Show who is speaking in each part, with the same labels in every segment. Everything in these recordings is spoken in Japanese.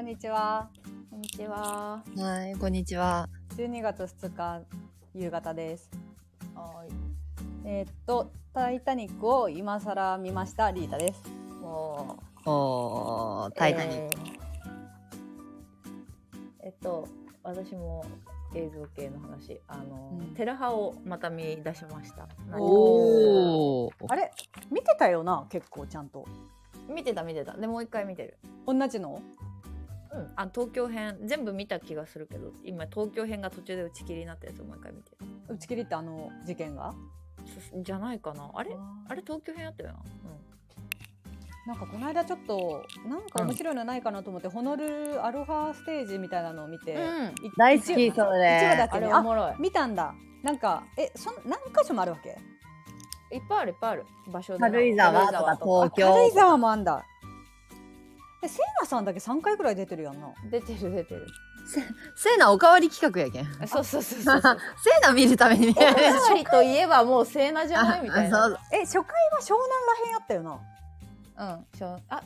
Speaker 1: んにちは。
Speaker 2: こんにちは。
Speaker 3: はい、こんにちは。
Speaker 1: 12月2日夕方です。
Speaker 2: はい。
Speaker 1: えーっと、タイタニックを今更見ましたリータです。
Speaker 2: も
Speaker 3: おー、
Speaker 2: う
Speaker 3: タイタニック。
Speaker 2: えーえっと私も映像系の話あの、
Speaker 3: うん
Speaker 2: テラハをまた見出しました。
Speaker 1: お
Speaker 3: おー。
Speaker 1: あれ見てたよな、結構ちゃんと。
Speaker 2: 見てた見てた。でもう一回見てる。
Speaker 1: 同じの
Speaker 2: うん。あ東京編全部見た気がするけど今東京編が途中で打ち切りになったやつをもう一回見てる。
Speaker 1: 打ち切りってあの事件が
Speaker 2: そじゃないかな。あれあ
Speaker 1: れ
Speaker 2: れ東京編あったよな。うん。
Speaker 1: なんかこの間ちょっと、なんか面白いのないかなと思って、ホノルルアロハステージみたいなのを見て、
Speaker 2: うん
Speaker 1: い
Speaker 3: 大好き、
Speaker 1: 一話
Speaker 3: そ
Speaker 1: 一話だ
Speaker 3: れ。
Speaker 1: けね
Speaker 2: お
Speaker 1: あ
Speaker 2: もろい。
Speaker 1: 見たんだ。なんか、え、そん何箇所もあるわけ
Speaker 2: いっぱいあるいっぱいある場所でな
Speaker 3: 軽井沢とか
Speaker 2: 軽井沢と
Speaker 3: 東
Speaker 1: 軽井
Speaker 3: 京。
Speaker 1: 沢もあんだ。え、セイナさんだけ3回くらい出てるやんな。
Speaker 2: 出てる出てる
Speaker 3: セイナおかわり企画やけん。
Speaker 2: あそうそうそうそうそう
Speaker 3: セイナ見るためにね。
Speaker 2: おかわりといえばもうセーナじゃないみたいな
Speaker 3: あ
Speaker 2: う
Speaker 3: そう
Speaker 1: え初回は湘南らへんやったよなん
Speaker 2: しょあ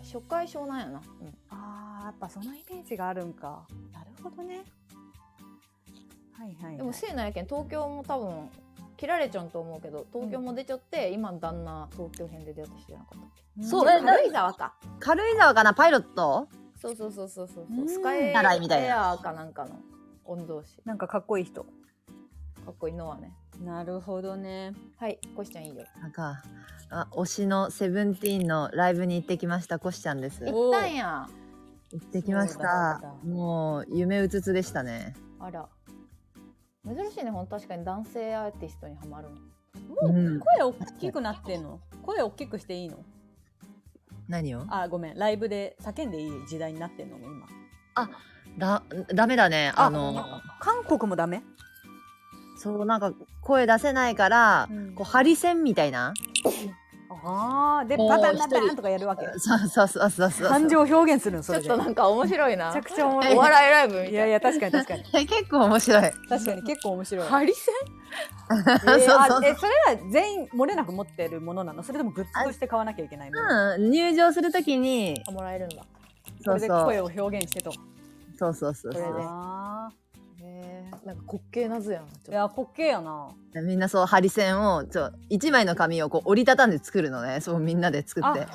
Speaker 2: 初回湘南やな、うん、
Speaker 1: あーやっぱそのイメージがあるんかなるほどねはいはい、はい、
Speaker 2: でもセーナやけん東京も多分切られちゃうと思うけど東京も出ちゃって、今の旦那東京編で出会った人じゃなかったっけ
Speaker 3: そう
Speaker 2: あ
Speaker 3: え
Speaker 2: 軽井沢か
Speaker 3: 軽井沢かな、パイロット
Speaker 2: そうそうそうそうそう
Speaker 1: うん
Speaker 2: スカイエ
Speaker 3: 習いみたいな
Speaker 2: アかなんかの御同士
Speaker 1: なんかかっこいい人
Speaker 2: かっこいいのはね
Speaker 1: なるほどね
Speaker 2: はいこしちゃんいいよ
Speaker 3: なんか、あ推しのセブンティーンのライブに行ってきました、コシちゃんです。行
Speaker 2: 行ったんや
Speaker 3: ってきまし
Speaker 1: そうだそう
Speaker 3: た
Speaker 1: だ。
Speaker 3: もう、夢うつつでしたね。
Speaker 2: あら珍しいねほんと確かに男性アーティストにはまるの
Speaker 1: も
Speaker 3: う
Speaker 1: うん声大きくなってんの声大きくしていいの
Speaker 3: 何を
Speaker 1: あごめんライブで叫んでいい時代になってんのもう今
Speaker 3: だ、ダメだね。
Speaker 1: あ
Speaker 3: あの、
Speaker 1: 韓国もダメ
Speaker 3: そう、なんか、声出せないから
Speaker 1: うん、
Speaker 3: こう、ハリセンみたいな。
Speaker 1: ああで
Speaker 3: もう
Speaker 1: バタンバタ
Speaker 3: 一
Speaker 1: ン
Speaker 3: 人
Speaker 1: とかやるわけ
Speaker 3: そうそうそうそうそう。
Speaker 1: 感情を表現するのそ
Speaker 2: ち
Speaker 1: れ
Speaker 2: ょっ
Speaker 1: で
Speaker 2: となんか面白いな
Speaker 1: めちゃくちゃおもろい
Speaker 2: お笑いライブみたい
Speaker 1: い
Speaker 2: な
Speaker 1: やいや確かに確 かに
Speaker 3: 結構面白い。
Speaker 1: 確かに結構面白い
Speaker 2: ハリセ
Speaker 1: えー
Speaker 3: そう
Speaker 1: あ
Speaker 3: そうそう
Speaker 1: えそれは全員漏れなく持ってるものなのそれともグッズとして買わなきゃいけないもの、
Speaker 3: うん、入場するときに、
Speaker 2: ンもらえるんだ
Speaker 1: そ
Speaker 3: そう
Speaker 1: れで
Speaker 3: そう
Speaker 1: 声、を表現してと
Speaker 3: そうそうそう
Speaker 2: これで
Speaker 3: そ
Speaker 1: あ
Speaker 2: へえなんか滑稽な図やな
Speaker 1: ー
Speaker 2: ち
Speaker 1: い
Speaker 2: ょっ
Speaker 1: や滑稽やな
Speaker 3: う。みんなそう、ハリセンを、ちょ、一枚の紙をこう折りたたんで作るのね、そうみんなで作って。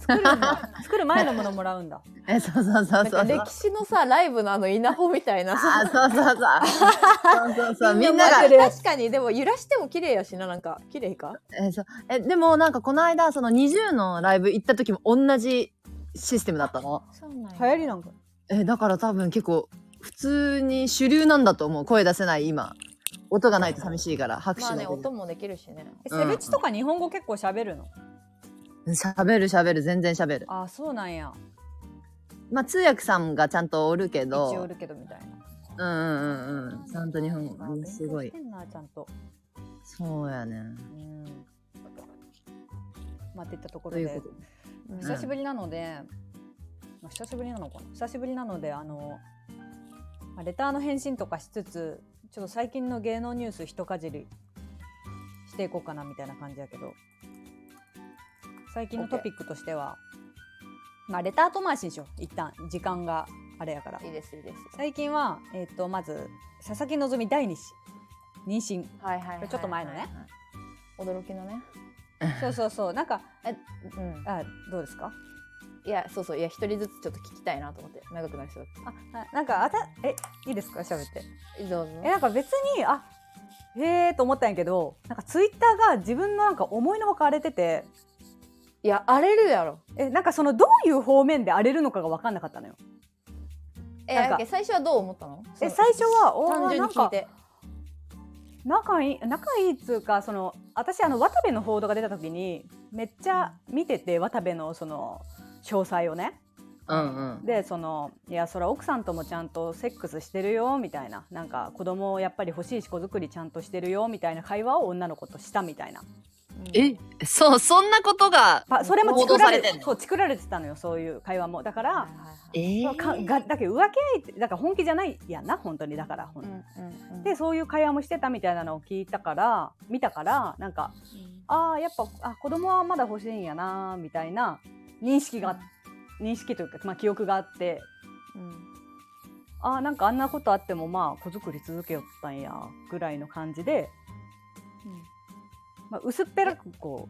Speaker 1: 作るんだ作る前のものもらうんだ
Speaker 3: え、そうそうそう
Speaker 2: と
Speaker 3: そ
Speaker 2: な
Speaker 3: う。
Speaker 2: んか歴史のさライブのあの稲穂みたいなさ
Speaker 3: あ、そうそう そう。そうそうそう、みんな
Speaker 2: 待
Speaker 3: が
Speaker 2: っ。てる確かにでも揺らしても綺麗やしななんか綺麗か
Speaker 3: え、そう、え、でも、なんかこの間、その二十のライブ行った時も同じシステムだったの。
Speaker 2: そうなん
Speaker 1: 流行りなんか
Speaker 3: え、だから多分結構、普通に主流なんだと思う、声出せない今。音がないと寂しいから、拍手
Speaker 2: まあ
Speaker 3: だけ
Speaker 2: ね
Speaker 3: で
Speaker 2: 音もできるしね
Speaker 1: えセブチとか日本語結構喋るの、
Speaker 3: 喋る喋る、全然喋る。
Speaker 1: あーそうなんや
Speaker 3: まあ通訳さんがちゃんとおるけ
Speaker 1: 一
Speaker 3: ど。
Speaker 1: 応おるけどみたいな
Speaker 3: うんうんうんうん。ちゃんと日本語
Speaker 1: あー勉強
Speaker 3: すごい
Speaker 1: して。んなちゃんと
Speaker 3: そうやね。
Speaker 1: うんまあっていったところ
Speaker 3: とい
Speaker 1: で
Speaker 3: うことで。
Speaker 2: うん
Speaker 1: 久しぶりなので、まあ久しぶりなのかな久しぶりなのであの、まあ、レターの返信とかしつつちょっと最近の芸能ニュース一かじりしていこうかなみたいな感じやけど最近の
Speaker 2: OK
Speaker 1: トピックとしては、まあ、レター後回しにしよう一旦時間があれやから
Speaker 2: いいですいいです
Speaker 1: 最近は、えっとまず佐々木希第二子妊娠
Speaker 2: はいはいはい
Speaker 1: こ
Speaker 2: はい
Speaker 1: れちょっと前のね
Speaker 2: 驚きのね
Speaker 1: そうそうそうなんか
Speaker 2: うん
Speaker 1: あどうですか
Speaker 2: いやそうそういや一人ずつちょっと聞きたいなと思って長くなりそうだっ
Speaker 1: ああなんかあたえいいですか喋って
Speaker 2: たどうぞ
Speaker 1: えなんか別にあへえと思ったんやけどなんかツイッターが自分のなんか思いのほか荒れてて
Speaker 2: いや荒れるやろ
Speaker 1: えなんかそのどういう方面で荒れるのかが分かんなかったのよ
Speaker 2: え
Speaker 1: なんか
Speaker 2: やけ最初はどう思ったの
Speaker 1: え
Speaker 2: その
Speaker 1: 最初はおー
Speaker 2: 単純に聞い
Speaker 1: なんか
Speaker 2: て
Speaker 1: 仲いい仲いいっつうかその私あの渡部の報道が出た時にめっちゃ見てて渡部のその詳細をね
Speaker 3: うんうん。
Speaker 1: でそのいやそら奥さんともちゃんとセックスしてるよみたいななんか子供をやっぱり欲しいし子作りちゃんとしてるよみたいな会話を女の子としたみたいな
Speaker 3: え、そう、そんなことが。
Speaker 1: あそれも
Speaker 3: 報
Speaker 1: 作
Speaker 3: 道
Speaker 1: ら
Speaker 3: さ
Speaker 1: れ
Speaker 3: れてんの
Speaker 1: そう作られてたのよそういう会話もだか
Speaker 2: は
Speaker 1: ら
Speaker 2: いはいは
Speaker 3: え
Speaker 2: い
Speaker 1: そうかがだけど浮気ってだから本気じゃないやんな本当にだから、ほん
Speaker 2: うんうん
Speaker 1: でそういう会話もしてたみたいなのを聞いたから見たからなんかああやっぱあ子供はまだ欲しいんやなみたいな認識が認識というか、まあ、記憶があって
Speaker 3: うん
Speaker 1: あーなんかあんなことあってもまあ子作り続けよったんやぐらいの感じで、まあ、薄っぺらくこ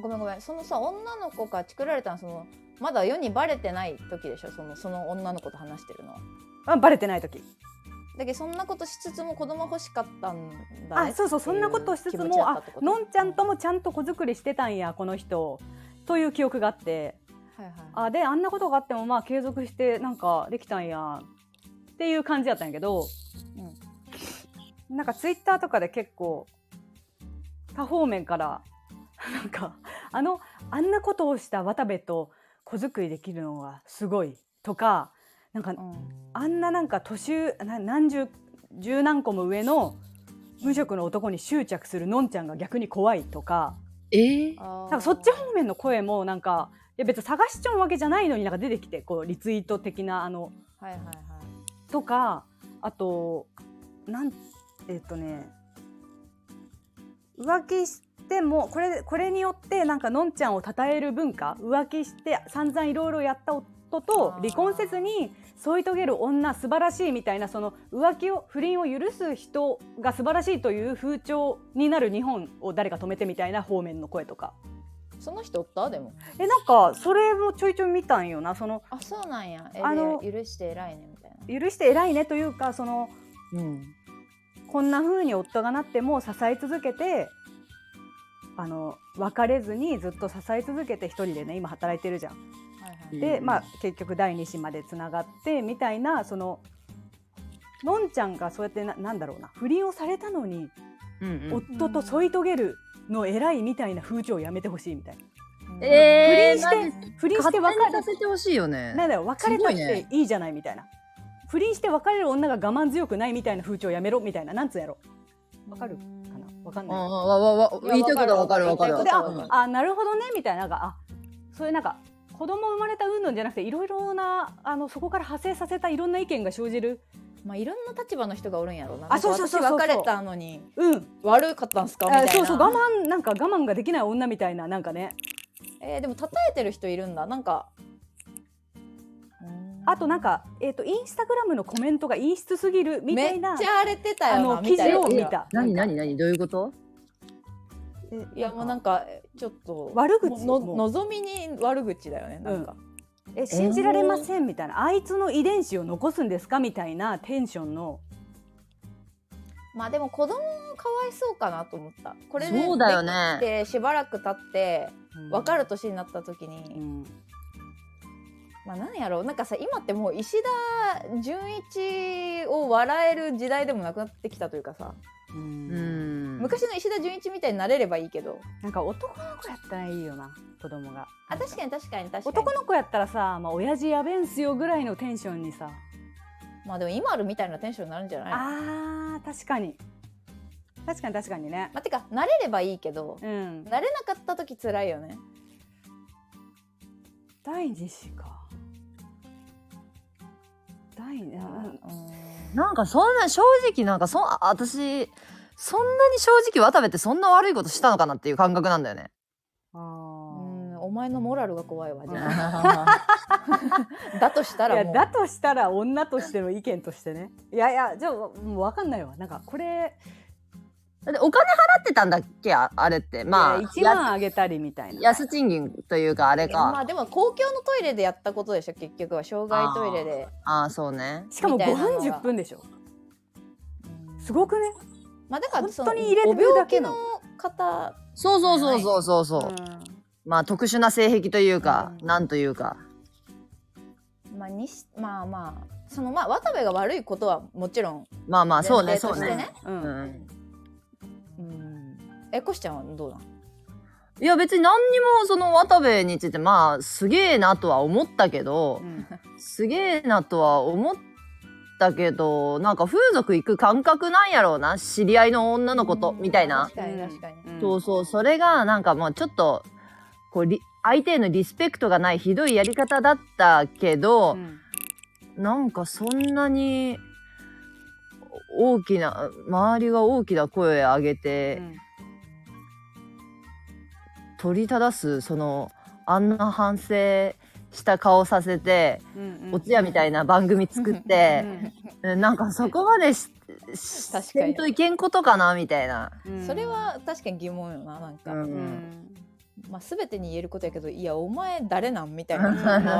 Speaker 2: ごめんごめんそのさ女の子がチクられたのそのまだ世にバレてない時でしょそのその女の子と話してるのは
Speaker 1: う、あ、バレてない時
Speaker 2: だけどそんなことしつつも子供欲しかったんだね
Speaker 1: あそうそうそんなことをしつつもあのんちゃんともちゃんと子作りしてたんやこの人という記憶があって
Speaker 2: はいはい
Speaker 1: あであんなことがあってもまあ継続してなんかできたんやっていう感じやったんやけど、なんかツイッターとかで結構多方面から なんかあのあんなことをした渡部と子作りできるのがすごいとかなんか
Speaker 2: うん
Speaker 1: あんななんか年上な何十十何個も上の無職の男に執着するのんちゃんが逆に怖いとか
Speaker 3: えー、
Speaker 2: あー
Speaker 1: なんかそっち方面の声もなんかいや別に探しちゃうわけじゃないのになんか出てきてこうリツイート的なあの
Speaker 2: はいはいはい
Speaker 1: とかあとなんえっ、とね浮気してもこれこれによってなんかのんちゃんを称える文化浮気して散々いろいろやった夫と
Speaker 2: あー
Speaker 1: 離婚せずに添い遂げる女素晴らしいみたいなその浮気を不倫を許す人が素晴らしいという風潮になる日本を誰か止めてみたいな方面の声とか
Speaker 2: その人おったでも
Speaker 1: えなんかそれもちょいちょい見たんよなその
Speaker 2: あそうなんやえ
Speaker 1: あの
Speaker 2: で許して偉いねみたいな
Speaker 1: 許して偉いねというかその
Speaker 3: うん
Speaker 1: こんな風に夫がなっても支え続けてあの別れずにずっと支え続けて一人でね今働いてるじゃん。
Speaker 2: はいはい
Speaker 3: うん
Speaker 1: で、まあ、結局第2子までつながってみたいなそののんちゃんがそうやってななんだろうな不倫をされたのに
Speaker 3: うんうん
Speaker 1: 夫と添い遂げるの偉いみたいな風潮をやめてほしいみたいな。
Speaker 2: うん
Speaker 3: えー
Speaker 1: 不倫して不倫して
Speaker 3: 勝手
Speaker 1: 別
Speaker 3: に
Speaker 1: れ
Speaker 3: させてほしいよね
Speaker 1: なんだろう別れたっ
Speaker 3: すごい
Speaker 1: て
Speaker 3: ね
Speaker 1: いいじゃないみたいな、不倫して別れる女が我慢強くないみたいな風潮やめろみたいななんつうやろわかるかなわかん
Speaker 3: うん
Speaker 1: ない
Speaker 3: わわわ言いたいことはわかるわかる
Speaker 2: いや
Speaker 1: であ、
Speaker 2: わかるわか
Speaker 1: あなるほどねみたいななんかあそういうなんか子供生まれた云々じゃなくていろいろなあのそこから派生させたいろんな意見が生じる
Speaker 2: まあいろんな立場の人がおるんやろな
Speaker 1: あそうそうそうそう
Speaker 2: なんか私別れたのに
Speaker 1: うん
Speaker 2: 悪かったんすかみたい
Speaker 1: あ
Speaker 2: な
Speaker 1: そうそう我慢なんか我慢ができない女みたいななんかね
Speaker 2: えー、でも叩いてる人いるんだなんかうん
Speaker 1: あとなんか、えー、とインスタグラムのコメントが陰湿すぎるみたいな
Speaker 2: めっちゃ荒れてたよ
Speaker 1: あ
Speaker 2: な
Speaker 1: の記
Speaker 2: みたい
Speaker 1: 事
Speaker 2: な
Speaker 1: を見た。
Speaker 3: 何何何どういうこと
Speaker 2: いやもうなんかちょっと
Speaker 1: 悪口
Speaker 2: の
Speaker 1: もう
Speaker 2: 望みに悪口だよねなんか、
Speaker 1: え信じられませんみたいなあいつの遺伝子を残すんですかみたいなテンションの
Speaker 2: まあでも子供もかわいそうかなと思ったこれで
Speaker 3: そうだよね
Speaker 2: できてしばらく経って分かる年になった時に、
Speaker 1: うん
Speaker 2: まあなんやろうなんかさ今ってもう石田純一を笑える時代でもなくなってきたというかさ、
Speaker 1: うん
Speaker 3: うん
Speaker 2: 昔の石田純一みたいになれればいいけど
Speaker 1: なんか男の子やったらいいよな子供が
Speaker 2: あ確かに確かに確かに
Speaker 1: 男の子やったらさ、まあ、親父やべんすよぐらいのテンションにさ
Speaker 2: まあでも今あるみたいなテンションになるんじゃないま
Speaker 1: あー確かに確かに確かにね
Speaker 2: あてか慣れればいいけど
Speaker 1: うん
Speaker 2: 慣れなかった時辛いよね
Speaker 1: 第二子か第二うん
Speaker 3: なんかそんな正直なんかそんあ私そんなに正直渡部ってそんな悪いことしたのかなっていう感覚なんだよね。
Speaker 2: う
Speaker 1: あ
Speaker 2: んお前のモラルが怖いわじ ゃ
Speaker 3: あ
Speaker 2: あだとした
Speaker 1: ーい
Speaker 2: ら
Speaker 1: や
Speaker 2: もう
Speaker 1: だとしたら女としての意見としてねいやいやじゃあもう分かんないわなんかこれ
Speaker 3: でお金払ってたんだっけああれってまあ
Speaker 1: いや1万あげたりみたいな
Speaker 3: や安賃金というかあれ
Speaker 2: まあ
Speaker 3: か。
Speaker 2: でも公共のトイレでやったことでしょ結局は障害トイレで
Speaker 3: ああそうね。
Speaker 1: しかも
Speaker 2: みたい
Speaker 1: 5
Speaker 2: なの
Speaker 1: 分
Speaker 2: が
Speaker 1: 10分でしょ
Speaker 2: うん
Speaker 1: すごくね
Speaker 2: まあだからその
Speaker 1: 本当に入れてるだけの
Speaker 2: ご病気の方
Speaker 3: そうそうそうそうそうそう。まあ特殊な性癖というか、
Speaker 2: うん
Speaker 3: なんというか。
Speaker 2: まあにしまあまあそのまあ渡部が悪いことはもちろん
Speaker 3: まあまあそうね
Speaker 2: 前
Speaker 3: そ
Speaker 2: 提と
Speaker 3: う
Speaker 2: して
Speaker 3: ね。
Speaker 2: ね
Speaker 1: うん
Speaker 3: う
Speaker 1: うん
Speaker 3: ん。
Speaker 2: うんえこしちゃんはどうなん
Speaker 3: いや別に何にもその渡部についてまあすげえなとは思ったけど。
Speaker 1: うん
Speaker 3: すげえなとは思ったけどなんか風俗行く感覚なんやろうな知り合いの女の子とみたいな
Speaker 2: 確、かに確かに、
Speaker 1: うん
Speaker 3: そうそうそれがなんかもうちょっとこうリ相手へのリスペクトがないひどいやり方だったけど、
Speaker 1: ん
Speaker 3: なんかそんなに大きな周りが大きな声を上げて、
Speaker 1: うん
Speaker 3: 取り正すそのあんな反省した顔させて、
Speaker 1: うんうん
Speaker 3: お通夜みたいな番組作って、うんなんかそこまでしし
Speaker 2: 確かに
Speaker 3: せんといけんことかなみたいな。
Speaker 1: うんうん
Speaker 2: それは確かに疑問よななんか、
Speaker 3: うん
Speaker 1: うん
Speaker 2: まあ、全てに言えることやけどいやお前誰なんみたいな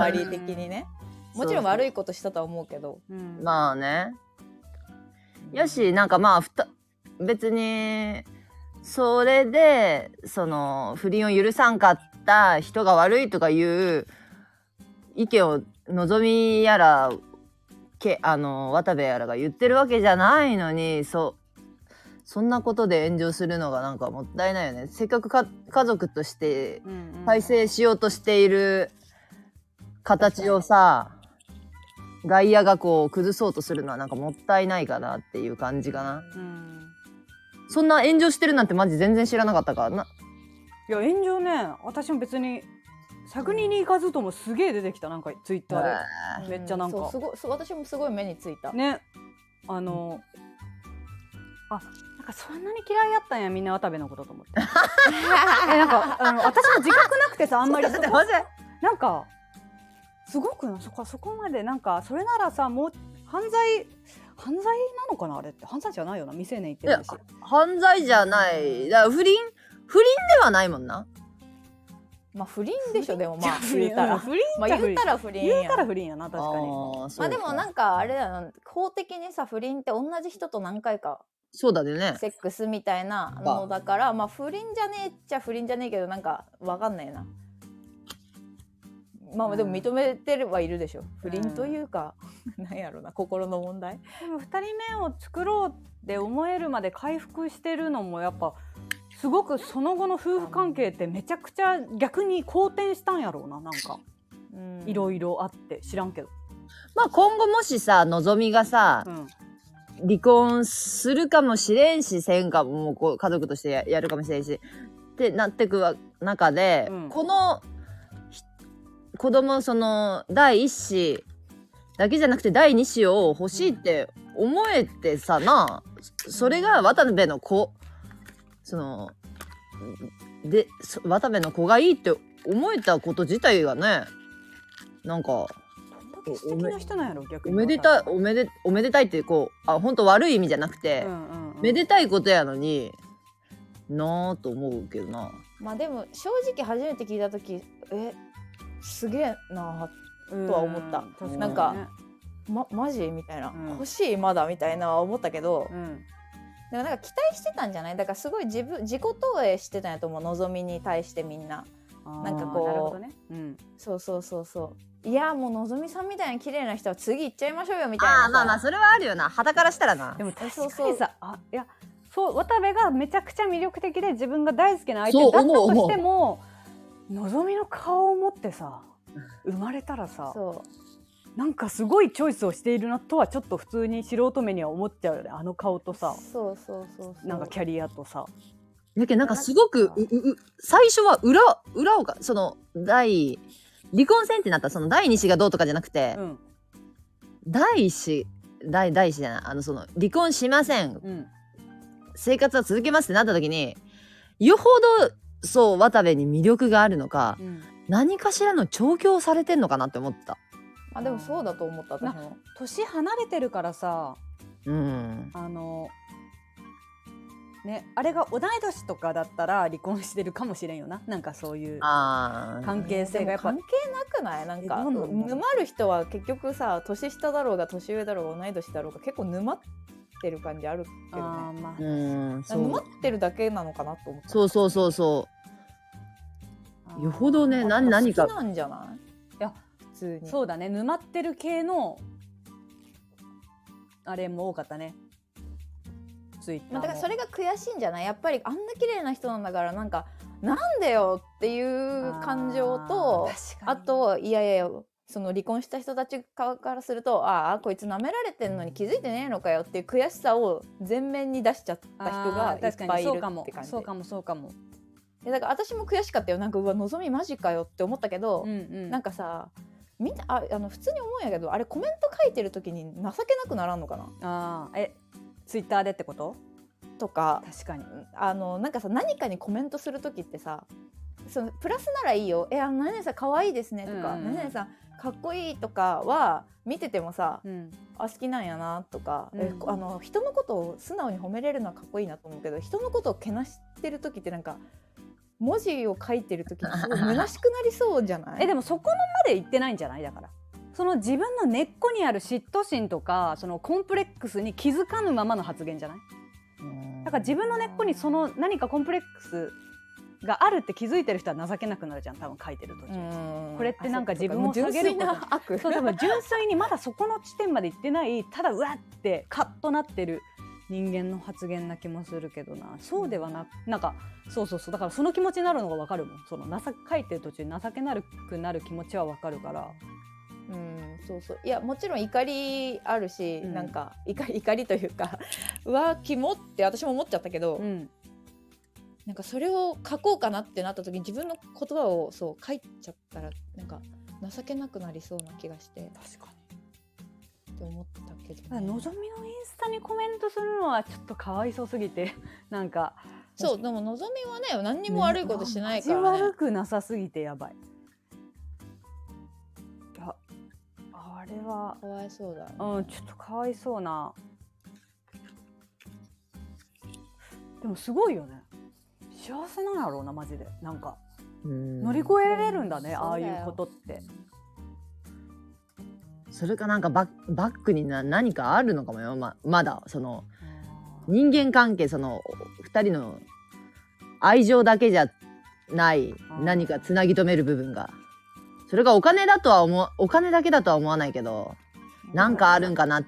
Speaker 2: 周り的にねもちろん悪
Speaker 3: い。
Speaker 2: いことしたとは思うけど
Speaker 1: うん
Speaker 3: まあね。よし、なんかまあ、ふた別に、それで、その、不倫を許さんかった人が悪いとかいう意見を望みやら、けあの渡部やらが言ってるわけじゃないのにそそんなことで炎上するのがなんかもったいないよねせっかくか家族として
Speaker 1: うんうん
Speaker 3: 再生しようとしている形をさ外野がこう崩そうとするのはなんかもったいないかなっていう感じかな
Speaker 1: うん
Speaker 3: そんな炎上してるなんてマジ全然知らなかったからない
Speaker 1: や炎上ね私も別に作人に行かずともすげえ出てきたなんかツイッター
Speaker 3: う
Speaker 1: めっちゃなんか
Speaker 2: うそうすごいす私もすごい目についた、
Speaker 1: でねあのあなんかそんなに嫌いやったんやみんな渡部のことと思って えなんかあの私も自覚なくてさあんまりそこなんかすごくなそこそこまでなんかそれならさもう犯罪犯罪なのかなあれって犯罪じゃないよな未成年言ってるんですよ
Speaker 3: ん犯罪じゃないだから不倫不倫ではないもんな
Speaker 2: まあ不倫でしょ でも
Speaker 1: じゃ
Speaker 2: まあ
Speaker 1: あ
Speaker 2: 言うた
Speaker 1: うん
Speaker 2: ら
Speaker 1: 不倫
Speaker 2: まあ
Speaker 1: じゃ不
Speaker 2: 言
Speaker 1: 倫
Speaker 2: うたら不倫
Speaker 1: 言う
Speaker 2: や
Speaker 1: たら
Speaker 2: ん
Speaker 1: 不倫やな確かに
Speaker 3: あー
Speaker 2: まあでも
Speaker 3: そうか
Speaker 2: なんかあれだよな法的にさ不倫って同じ人と何回か
Speaker 3: そうだよね
Speaker 2: セックスみたいなのだからまあ不倫じゃねえっちゃ不倫じゃねえけどなんかわかんないなまあでも認めてればいるでしょ不倫というか、なんやろな心の問題
Speaker 1: でも2人目を作ろうって思えるまで回復してるのもやっぱすごくその後の夫婦関係ってめちゃくちゃ逆に好転したんやろうななんか
Speaker 2: うん
Speaker 1: いろいろあって知らんけど、
Speaker 3: まあ今後もしさのぞみがさ
Speaker 1: うん
Speaker 3: 離婚するかもしれんしせんかももうこう家族としてややるかもしれんしってなってくわ中で、
Speaker 1: うん
Speaker 3: このひ子供その第一子だけじゃなくて第二子を欲しいって思えてさなそそれが渡辺の子そのでそ渡辺の子がいいって思えたこと自体がねなんか
Speaker 1: どんだけ素敵な人なんやろ逆
Speaker 3: お
Speaker 1: に
Speaker 3: めでたいおめでおめでたいってこうあ本当悪い意味じゃなくて。
Speaker 1: うんうんうん
Speaker 3: めでたいことやのになぁと思うけどな
Speaker 2: まあでも正直初めて聞いた時えすげえな
Speaker 1: うん
Speaker 2: とは思った
Speaker 1: 確にね
Speaker 2: なんかまマジみたいな、
Speaker 1: うん
Speaker 2: 欲しいまだみたいなは思ったけど、
Speaker 1: うん
Speaker 2: でもなんか期待してたんじゃないだからすごい自分自己投影してたんやと思う望みに対してみんな
Speaker 1: あー
Speaker 2: なんかこう
Speaker 1: なるほどねうん
Speaker 2: そうそうそうそういやもうのぞみさんみたいな綺麗な人は次行っちゃいましょうよみたいな
Speaker 3: あ
Speaker 2: さ
Speaker 3: あまあまあそれはあるよな肌からしたらな
Speaker 1: でも確
Speaker 2: そう
Speaker 1: か
Speaker 2: そう
Speaker 1: にさあいやそう渡部がめちゃくちゃ魅力的で自分が大好きな相
Speaker 3: そ
Speaker 1: 手だ
Speaker 3: う
Speaker 1: った
Speaker 3: 思う
Speaker 1: と
Speaker 3: 思う
Speaker 1: してものぞみの顔を持ってさ生まれたらさ
Speaker 2: そ
Speaker 1: なんかすごいチョイスをしているなとはちょっと普通に素人目には思っちゃうよねあの顔と
Speaker 2: う
Speaker 1: さ
Speaker 2: そうそうそうそう
Speaker 1: なんかキャリアとさ
Speaker 3: だけどなんかすごくううう最初は裏裏をかその第離婚戦ってなったらその第二子がどうとかじゃなくて、
Speaker 1: うん
Speaker 3: 第一子第第一子じゃないあのその離婚しません
Speaker 1: うん
Speaker 3: 生活は続けますってなった時によほどそう渡部に魅力があるのか
Speaker 1: うん
Speaker 3: 何かしらの調教をされてんのかなって思った
Speaker 2: まあでもそうだと思った私も
Speaker 1: 年離れてるからさ
Speaker 3: うん
Speaker 1: あのねあれが同い年とかだったら離婚してるかもしれんよななんかそういう
Speaker 3: ああ
Speaker 1: 関係性がやっぱ
Speaker 2: でも関係なくないなん
Speaker 1: え
Speaker 2: か
Speaker 1: どうなの
Speaker 2: 沼る人は結局さ年下だろうが年上だろうが同い年だろうが結構沼ってる感じあるけど
Speaker 1: あ
Speaker 2: ね
Speaker 1: ーまあ
Speaker 3: うんそう
Speaker 2: 沼ってるだけなのかなと思った
Speaker 3: そうそうそうそ
Speaker 1: あー
Speaker 3: よほどねな
Speaker 2: まあ
Speaker 3: 何か
Speaker 2: 好きなんじゃない
Speaker 1: いや
Speaker 2: 普通に
Speaker 1: そうだね沼ってる系のあれも多かったねツイッター
Speaker 2: ま
Speaker 1: も
Speaker 2: あ、だからそれが悔しいんじゃないやっぱりあんな綺麗な人なんだからなんかなんでよっていう感情と
Speaker 1: あー確かに
Speaker 2: あといやいやその離婚した人たち側からするとああこいつ舐められてんのに気づいてねえのかよっていう悔しさを前面に出しちゃった人が
Speaker 1: あー
Speaker 2: いっぱいいる
Speaker 1: そう
Speaker 2: って
Speaker 1: か
Speaker 2: 感
Speaker 1: も
Speaker 2: じ
Speaker 1: そうかもそうかも、
Speaker 2: いやだから私も悔しかったよなんかうわのぞみマジかよって思ったけど、
Speaker 1: うんうん、
Speaker 2: なん
Speaker 1: か
Speaker 2: かさみんなああの普通に思うんやけどあれコメント書いてる時に情けなくならんのかな
Speaker 1: あーえツイッターでってこと
Speaker 2: とか
Speaker 1: 確かに
Speaker 2: あのなんかさ何かにコメントする時ってさそのプラスならいいよ「えあの何々さん可愛いですね」とか「
Speaker 1: うんうんうん
Speaker 2: 何々さんかっこいい」とかは見ててもさ
Speaker 1: うん
Speaker 2: 「あ好きなんやな」とか、え
Speaker 1: うん
Speaker 2: こあの人のことを素直に褒めれるのはかっこいいなと思うけど人のことをけなしてる時ってなんか文字を書いてる 時にすごい虚しくなりそうじゃない
Speaker 1: えでもそこのまで行ってないんじゃないだからその自分の根っこにある嫉妬心とかそのコンプレックスに気づかぬままの発言じゃないだから自分の根っこにその何かコンプレックスがあるって気づいてる人は情けなくなるじゃん多分書いてる途中、
Speaker 2: うん
Speaker 1: これってなんか
Speaker 2: あそう
Speaker 1: 自分を下げること
Speaker 2: もう純粋な悪
Speaker 1: そう多分純粋にまだそこの地点まで行ってないただうわってカッとなってる人間の発言な気もするけどなそうではなくなんかそうそうそうだからその気持ちになるのがわかるもんその情け書いてる途中に情けなくなる気持ちはわかるから
Speaker 2: うん、 そうそういやもちろん怒りあるし、
Speaker 1: うん
Speaker 2: なんか怒り怒りという かうわキモって私も思っちゃったけど、
Speaker 1: うん
Speaker 2: なんかそれを書こうかなってなった時に自分の言葉をそう書いちゃったらなんか情けなくなりそうな気がしてっ
Speaker 1: 確かに
Speaker 2: て思ったけど
Speaker 1: ただ
Speaker 2: ね、
Speaker 1: のぞみのインスタにコメントするのはちょっとかわいそうすぎて なんか
Speaker 2: そうでものぞみはね何にも悪いことしてないから、
Speaker 1: マジ
Speaker 2: ね
Speaker 1: 悪くなさすぎてやばいいやあれは
Speaker 2: かわいそうだ、ね
Speaker 1: うん、ちょっとかわいそうな。でもすごいよね。幸せなんやろうな、マジで。なんか、乗
Speaker 3: 乗
Speaker 1: り越えられるんだね、
Speaker 2: うん
Speaker 1: ああいうことって。
Speaker 3: それかなんかバッバックにな何かあるのかもよままだその人間関係その2人の愛情だけじゃない
Speaker 1: うん
Speaker 3: 何かつなぎ止める部分がそれがお金だとは思わお金だけだとは思わないけどなんかあるんかなっ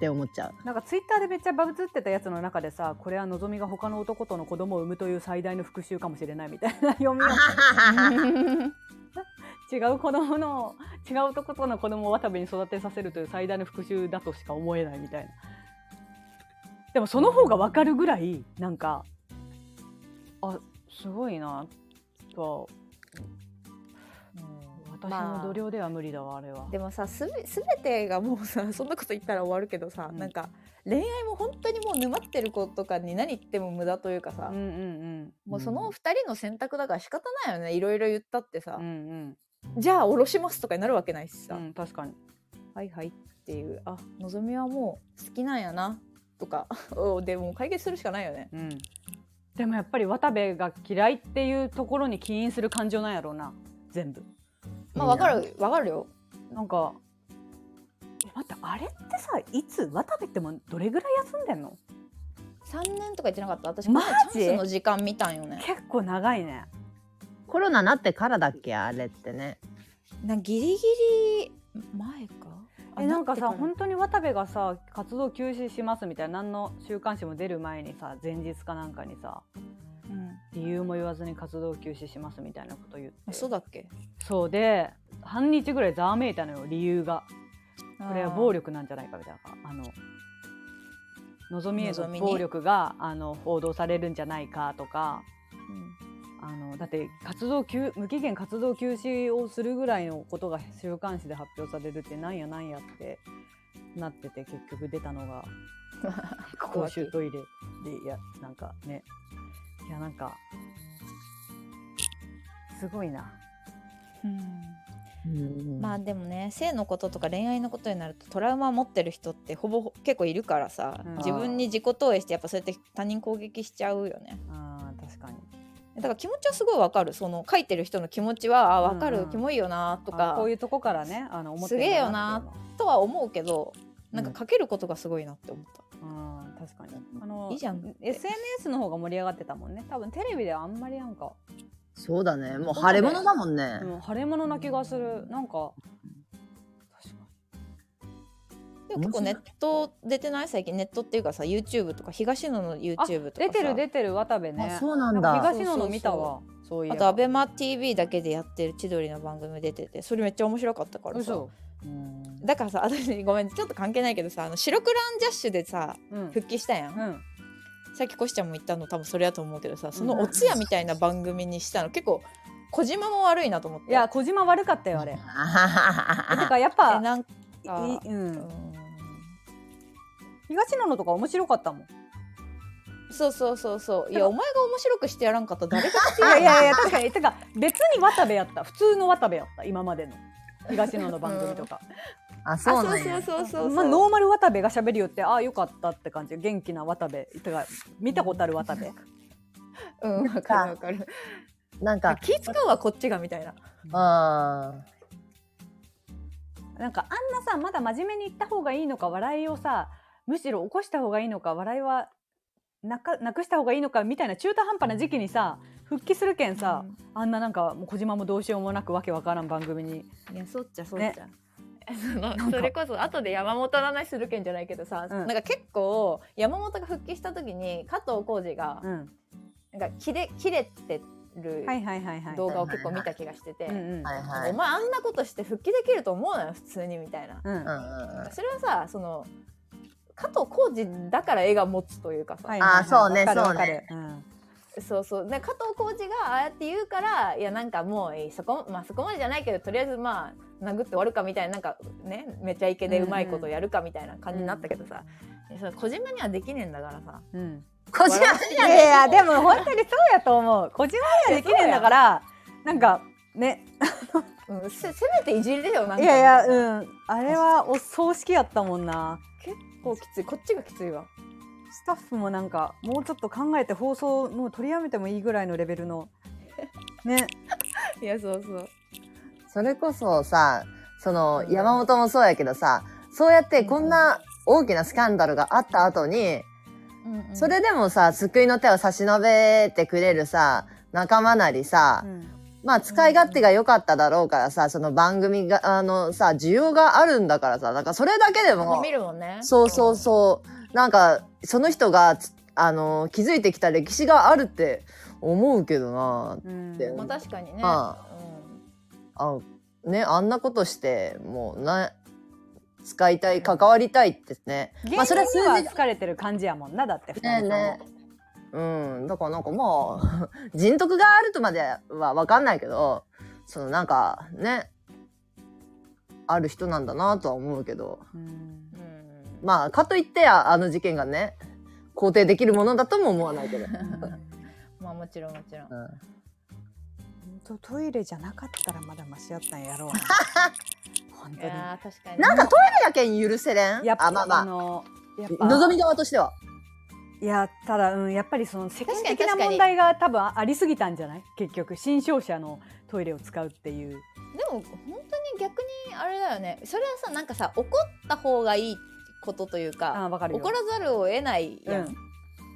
Speaker 3: て思っちゃう
Speaker 1: なんかツイッターでめっちゃバズってたやつの中でさ、これはのぞみが他の男との子供を産むという最大の復讐かもしれないみたいな読みを違う子供の違う男との子供を渡部に育てさせるという最大の復讐だとしか思えないみたいなでもその方が分かるぐらいなんかあすごいなとは私
Speaker 2: ま
Speaker 1: の
Speaker 2: あ
Speaker 1: 度量では無理だわあれは、
Speaker 2: でもさすべすべてがもうさ そんなこと言ったら終わるけどさ、
Speaker 1: うん
Speaker 2: なんか恋愛も本当にもう沼ってる子とかに何言っても無駄というかさ、
Speaker 1: うんうん
Speaker 2: もうその二人の選択だから仕方ないよねいろいろ言ったってさ
Speaker 1: うんう、んうん
Speaker 2: じゃあ降ろしますとかになるわけないし
Speaker 1: う
Speaker 2: さ、
Speaker 1: ん確かに
Speaker 2: はいはいっていうあのぞみはもう好きなんやなとか でもう解決するしかないよね。
Speaker 1: うんでもやっぱり渡部が嫌いっていうところに起因する感情なんやろうな全部
Speaker 2: まあわかるわかるよ。
Speaker 1: なんかえ待ってあれってさいつ渡部ってもうどれぐらい休んでんの
Speaker 2: 三年とか言ってなかった私この
Speaker 1: マ
Speaker 2: 前
Speaker 1: ジ
Speaker 2: チャンスの時間見たんよね。
Speaker 1: 結構長いね
Speaker 3: コロナなってからだっけあれってね
Speaker 2: なんかギリギリ前か。あ
Speaker 1: えなんかさ
Speaker 2: ってら
Speaker 1: 本当に渡部がさ活動休止しますみたいな何の週刊誌も出る前にさ前日かなんかにさ
Speaker 2: うん
Speaker 1: 理由も言わずに活動休止しますみたいなこと言って
Speaker 2: あそうだっけ。
Speaker 1: そうで半日ぐらいざわめいたのよ理由がこれは暴力なんじゃないかみたいなあののぞみへ
Speaker 2: の
Speaker 1: の
Speaker 2: ぞみに
Speaker 1: 暴力があの報道されるんじゃないかとか
Speaker 2: あー。うん
Speaker 1: あのだって活動休無期限活動休止をするぐらいのことが週刊誌で発表されるってなんやなんやってなってて結局出たのが公衆トイレでいやなんかねいやなんかすごいな
Speaker 2: うんま
Speaker 3: まあ
Speaker 2: あでもね性のこととか恋愛のことになるとトラウマ持ってる人ってほぼほ結構いるからさ、
Speaker 1: うん
Speaker 2: 自分に自己投影してやっぱそうやって他人攻撃しちゃうよね
Speaker 1: あー確かに
Speaker 2: だから気持ちはすごいわかるその書いてる人の気持ちはあわかる、
Speaker 1: うん
Speaker 2: キモいよなと
Speaker 1: あ
Speaker 2: か
Speaker 1: こういうとこからねあの思って
Speaker 2: すげえよな
Speaker 1: っていう
Speaker 2: とは思うけどなん
Speaker 1: うん
Speaker 2: か書けることがすごいなって思った、
Speaker 1: のはうん確かにあの
Speaker 2: いいじゃんって
Speaker 1: SNS の方が盛り上がってたもんね多分テレビではあんまりなんか
Speaker 3: そうだねもう腫れ物だもんね、
Speaker 1: うん、腫れ物な気がする。なんか。確か
Speaker 2: でも結構ネ
Speaker 3: 面白い
Speaker 2: ット出てない最近ネットっていうかさ YouTube とか東野の YouTube とかさ
Speaker 1: 出てる出てる渡部ね。
Speaker 3: あそうなん
Speaker 1: な
Speaker 3: だ
Speaker 1: んか東野の見たわ。そういえば
Speaker 2: あとアベマ t v だけでやってる千鳥の番組出ててそれめっちゃ面白かったからさ
Speaker 1: 嘘。
Speaker 3: うん
Speaker 2: だからさ 私ごめんちょっと関係ないけどさあの白クランジャッシュでさ
Speaker 1: うん。
Speaker 2: 復帰したや、
Speaker 1: うんん。
Speaker 2: さっきコシちゃんも言ったの多分それやと思うけどさそのお通夜みたいな番組にしたの結構小島も悪いなと思って
Speaker 1: いや、小島悪かったよ、あれ。
Speaker 3: あは
Speaker 1: え
Speaker 3: は
Speaker 1: て
Speaker 3: はは
Speaker 1: か、やっ
Speaker 2: え
Speaker 1: ぱ。
Speaker 2: なんか
Speaker 1: いうん
Speaker 2: うん
Speaker 1: 東野のとか面白かったもん。
Speaker 2: そうそうそうそういやお前が面白くしてやらんかったら誰が
Speaker 1: いやいやいや確かにてか別に渡部やった普通の渡部やった今までの東野の番組とか、
Speaker 3: あそうなんや
Speaker 2: あ そうそうそうそうそう、
Speaker 1: まあ、ノーマル渡部が喋るよってああよかったって感じ元気な渡部てか見たことある渡部
Speaker 2: うんわかるわかる
Speaker 3: なんか
Speaker 2: 気使うわこっちがみたいな
Speaker 3: あ
Speaker 1: なんかあんなさまだ真面目に言った方がいいのか笑いをさむしろ起こした方がいいのか笑いはなかなくした方がいいのかみたいな中途半端な時期にさ復帰するけんさ、あんななんかもう小島もどうしようもなくわけわからん番組に
Speaker 2: いやそっちゃそ
Speaker 1: っちゃ
Speaker 2: その
Speaker 1: か
Speaker 2: それこそ後で山本の話するけんじゃないけどさ、
Speaker 1: うん
Speaker 2: なんか結構山本が復帰した時に加藤浩次が
Speaker 1: うん
Speaker 2: なんか切れ切れてる
Speaker 1: はいはいはいはい
Speaker 2: 動画を結構見た気がしてて、
Speaker 1: うんうん
Speaker 3: あはいは
Speaker 2: お
Speaker 3: い
Speaker 2: 前あんなことして復帰できると思うなよ普通にみたいな、
Speaker 1: うん
Speaker 3: うんうんうん
Speaker 2: それはさその加藤浩次だから絵が持つというかさ、
Speaker 1: はいはい
Speaker 3: あーそうね
Speaker 1: わかる
Speaker 3: そうね
Speaker 1: わかるうん
Speaker 2: そうそうで加藤浩次がああやって言うからいやなんかもういいそこ,、まあ、そこまでじゃないけどとりあえずまあ殴って終わるかみたいななんかねめちゃイケでうまいことやるかみたいな感じになったけどさ、それ小島にはできねえんだからさ
Speaker 1: うん
Speaker 3: こちら
Speaker 1: いやいやいやでも本当にそうやと思う小島にはできねえんだからなんかね
Speaker 2: うん、せせめていじれよなんか
Speaker 1: いやいや
Speaker 2: み
Speaker 1: うんあれはお葬式やったもんな
Speaker 2: たいな結構きついこっちがきついわ
Speaker 1: スタッフもなんかもうちょっと考えて放送もう取りやめてもいいぐらいのレベルのね
Speaker 2: いやそうそう
Speaker 3: それこそさその
Speaker 2: うん
Speaker 3: 山本もそうやけどさそうやってこんな大きなスキャンダルがあった後に
Speaker 2: うんうん、
Speaker 3: それでもさ救いの手を差し伸べてくれるさ仲間なりさ まあ使い勝手が良かっただろうからさその番組があのさ需要があるんだからさなんかそれだけでも
Speaker 2: 見るもんね
Speaker 3: そうそうそうなんかその人がつあの気づいてきた歴史があるって思うけどな
Speaker 1: うん
Speaker 3: で
Speaker 2: まあ確かにね、
Speaker 3: ああねあんなことしてもうな使いたい関わりたいってね
Speaker 1: 芸
Speaker 3: まあそ
Speaker 1: 人
Speaker 3: れ
Speaker 1: に
Speaker 3: は数字
Speaker 1: は疲れてる感じやもんなだって二人
Speaker 3: ね
Speaker 1: とも
Speaker 3: ねうんだからなんかまあ 人徳があるとまでは分かんないけどそのなんかねある人なんだなとは思うけど
Speaker 1: うん
Speaker 2: うんうん
Speaker 3: まあかといってああの事件がね肯定できるものだとも思わないけど。
Speaker 2: まあもちろんもちろん
Speaker 3: うん
Speaker 1: ほんとトイレじゃなかったらまだマシやったんや ろうな本
Speaker 2: い
Speaker 1: 当に
Speaker 2: やー確かに
Speaker 3: なんかトイレだけに許せれん
Speaker 1: やっぱ
Speaker 3: あまあまあ
Speaker 1: のやっぱ
Speaker 3: 望み側としてはい
Speaker 1: やただ、うん、やっぱりその世間
Speaker 2: 確かに
Speaker 1: 的な
Speaker 2: 確かに
Speaker 1: 問題が多分ありすぎたんじゃない結局新商社のトイレを使うっていう
Speaker 2: でも本当に逆にあれだよねそれはさなんかさ怒った方がいいことという
Speaker 1: あ
Speaker 2: か
Speaker 1: 分かるよ
Speaker 2: 怒らざるを得ないやん、
Speaker 1: うん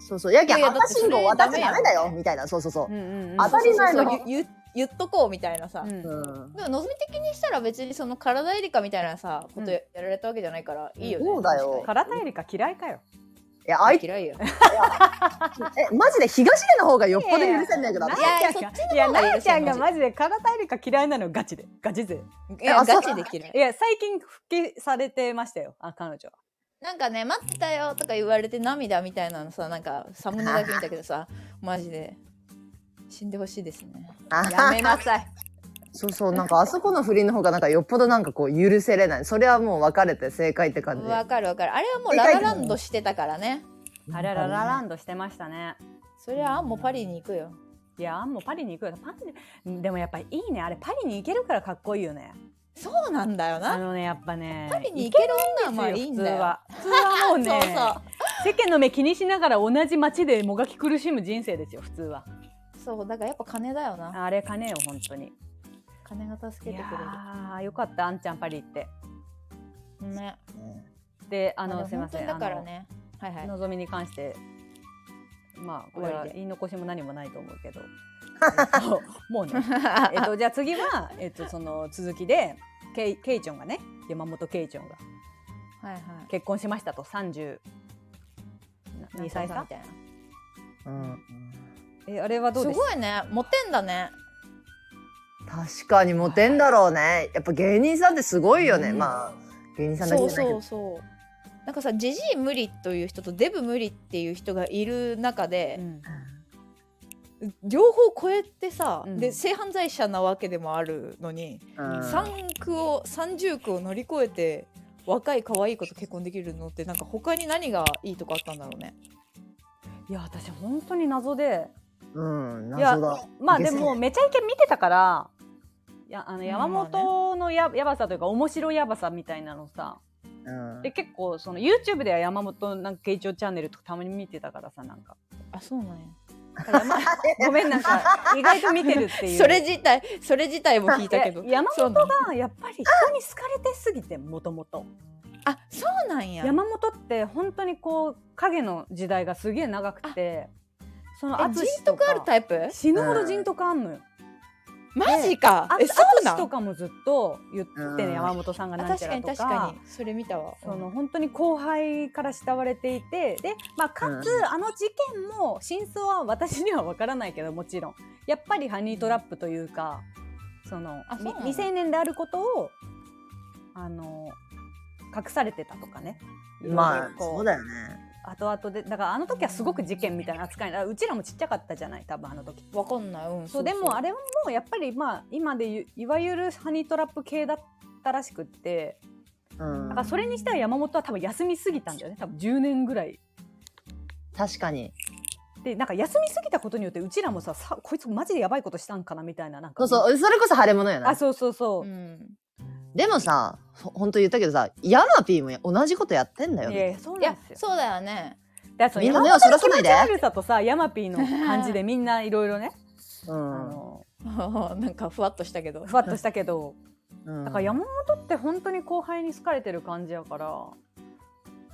Speaker 3: そうそうやけ
Speaker 2: い
Speaker 3: ん
Speaker 2: やいやだ
Speaker 3: 赤
Speaker 2: ってそ
Speaker 3: 信
Speaker 2: れ
Speaker 3: 号渡っちゃダメだ
Speaker 2: ダメ
Speaker 3: よ
Speaker 2: やん
Speaker 3: みたいなそうそうそう
Speaker 1: う、んうんうん
Speaker 3: 当たり前の
Speaker 2: そうそうそう言言っとこうみたいなさ、
Speaker 1: うん
Speaker 3: うん
Speaker 2: でも望み的にしたら別にその体入りかみたいなさこ
Speaker 1: うん
Speaker 2: とややられたわけじゃないからいいよね、
Speaker 3: そうだよ
Speaker 1: 空手よりか嫌いかよ
Speaker 3: いやあい
Speaker 2: 嫌いよ
Speaker 3: えマジで東出の方がよっぽど許せんねんけど
Speaker 2: い
Speaker 3: 私
Speaker 2: やいや
Speaker 1: なーち
Speaker 2: そ
Speaker 1: ゃ
Speaker 2: っ
Speaker 1: ん
Speaker 2: ち
Speaker 1: がい
Speaker 2: の
Speaker 1: や
Speaker 2: 方が
Speaker 1: な
Speaker 2: 許
Speaker 1: ーち
Speaker 2: せ
Speaker 1: ゃ
Speaker 2: る
Speaker 1: んがマジで空手よりか嫌いなのガチでガチで
Speaker 2: いや
Speaker 3: あそう
Speaker 2: ガチで嫌い
Speaker 1: いや最近復帰されてましたよあ彼女は
Speaker 2: なんかね待ってたよとか言われて涙みたいなのさなんかサムネだけ見たけどさマジで死んでほしいですねやめなさ い
Speaker 3: そうそうなんかあそこの振りの方がなんかよっぽどなんかこう許せれないそれはもう別れて正解って感じ
Speaker 2: わかるわかるあれはもうララランドしてたからね
Speaker 1: あれはララランドしてましたね
Speaker 2: そりゃあんもパリに行くよ
Speaker 1: いやあんもパリに行くよパリでもやっぱいいねあれパリに行けるからかっこいいよね
Speaker 2: そうなんだよ
Speaker 1: あ
Speaker 2: な
Speaker 1: のねやっぱね
Speaker 2: パリに行ける女はまあいいんだ
Speaker 1: 普通
Speaker 2: よ
Speaker 1: は普通はもうね
Speaker 2: そうそう
Speaker 1: 世間の目気にしながら同じ街でもがき苦しむ人生ですよ普通は
Speaker 2: そうだからやっぱ金だよな
Speaker 1: あれかねえよ本当に
Speaker 2: 金が助
Speaker 1: い
Speaker 2: けて
Speaker 1: や
Speaker 2: く
Speaker 1: ーよかったあんちゃんパリ行って
Speaker 2: れるね
Speaker 1: であ
Speaker 2: あ
Speaker 1: のすいません
Speaker 2: だからねはいは
Speaker 1: あ
Speaker 2: い
Speaker 1: ののぞみに関してまあこれ
Speaker 2: 終わ
Speaker 1: は
Speaker 2: りで
Speaker 1: 言い残しも何もないと思うけ どえっともうねえっとじゃあ次は、えっと、その続きでケイケイチョンがね山本ケイチョンが
Speaker 2: はいはい
Speaker 1: 結婚しましたと32歳
Speaker 2: なん
Speaker 1: 差
Speaker 2: かさみたいな
Speaker 3: うん
Speaker 1: えあれはどう
Speaker 2: す
Speaker 1: です
Speaker 2: ごいねモテんだね
Speaker 3: 確かにモテんだろうねやっぱ芸人さんってすごいよね、
Speaker 1: うん
Speaker 3: まあ芸人さんだけ
Speaker 2: そう
Speaker 3: じゃないけ
Speaker 2: そ
Speaker 3: ど
Speaker 2: うそうなんかさジジイ無理という人とデブ無理っていう人がいる中で
Speaker 1: う、ん
Speaker 2: 両方超えてさ、
Speaker 1: うん
Speaker 2: で性犯罪者なわけでもあるのに、
Speaker 3: うん
Speaker 2: 三区を三十区を乗り越えて若い可愛い子と結婚できるのってなんか他に何がいいとこあったんだろうね
Speaker 1: いや私本当に謎で
Speaker 3: うん、
Speaker 1: いや
Speaker 3: 謎だ。
Speaker 1: まあ
Speaker 3: で
Speaker 1: です
Speaker 3: ね
Speaker 1: も「めちゃイケ」見てたからいやあの
Speaker 2: ん
Speaker 1: 山本のや,、やばさというか面白やばさみたいなのさ
Speaker 3: うん
Speaker 1: で結構その YouTube では山本なんか慶長チャンネルとかたまに見てたからさなんか
Speaker 2: あそうなんや
Speaker 1: 山ごめんなんか 意外と見てるっていう
Speaker 2: それ自体それ自体も聞いたけど
Speaker 1: いや山
Speaker 2: そうなんや
Speaker 1: がやっぱり人に好かれてすぎてもともと
Speaker 2: あそうなんや
Speaker 1: 山本って本当にこう影の時代がすげえ長くてその
Speaker 2: え
Speaker 1: 淳
Speaker 2: 人
Speaker 1: と
Speaker 2: 徳
Speaker 1: か
Speaker 2: あるタイプ
Speaker 1: 死ぬほど人徳あんのよ。
Speaker 2: マジか
Speaker 1: あ
Speaker 2: えそうな
Speaker 1: 淳と
Speaker 2: ん
Speaker 1: かもずっと言って
Speaker 3: うん
Speaker 1: ね山本さんが
Speaker 2: あ
Speaker 1: なん
Speaker 2: 確
Speaker 1: ちゃ
Speaker 2: からに
Speaker 1: とか
Speaker 2: 確かにそれ見たわ
Speaker 1: その本当に後輩から慕われていてで、まあ、かつ、
Speaker 3: う
Speaker 1: あの事件も真相は私には分からないけどもちろんやっぱりハニートラップというかその
Speaker 2: あそう
Speaker 1: み
Speaker 2: なの
Speaker 1: 未成年であることをあの隠されてたとかね。
Speaker 3: まあ
Speaker 1: い、ろいろこ
Speaker 3: そううだよね。
Speaker 1: 後々でだからあの時はすごく事件みたいな扱いなうちらもちっちゃかったじゃない多分あの時
Speaker 2: わかんないうん
Speaker 1: そうでもあれももうやっぱりまあ今でいういわゆるハニートラップ系だったらしくって
Speaker 3: うん
Speaker 1: だからそれにしては山本は多分休みすぎたんだよね多分10年ぐらい
Speaker 3: 確かに。
Speaker 1: でなんか休みすぎたことによってうちらもささこいつマジでやばいことしたんかなみたいななんか
Speaker 3: そうそう、それこそ腫れ物よ
Speaker 1: あ
Speaker 3: な。
Speaker 1: そうそうそうう、
Speaker 2: ん
Speaker 3: でもさ、ほほんと言ったけどさ、ヤマピーも同じことやってんだよ
Speaker 1: い。やいやそう
Speaker 2: い
Speaker 1: な
Speaker 2: や
Speaker 1: んですよ
Speaker 2: そうだよね
Speaker 1: だ からその
Speaker 3: みんな
Speaker 1: 山
Speaker 3: 目
Speaker 1: 本
Speaker 3: をそらさないで
Speaker 1: の気持ち悪さとさヤマピーの感じでみんないろいろね、
Speaker 3: う
Speaker 1: あ
Speaker 3: ん。
Speaker 1: の
Speaker 2: なんかふわっとしたけど
Speaker 1: ふわっとしたけど
Speaker 3: うん
Speaker 1: だから山本って本当に後輩に好かれてる感じやから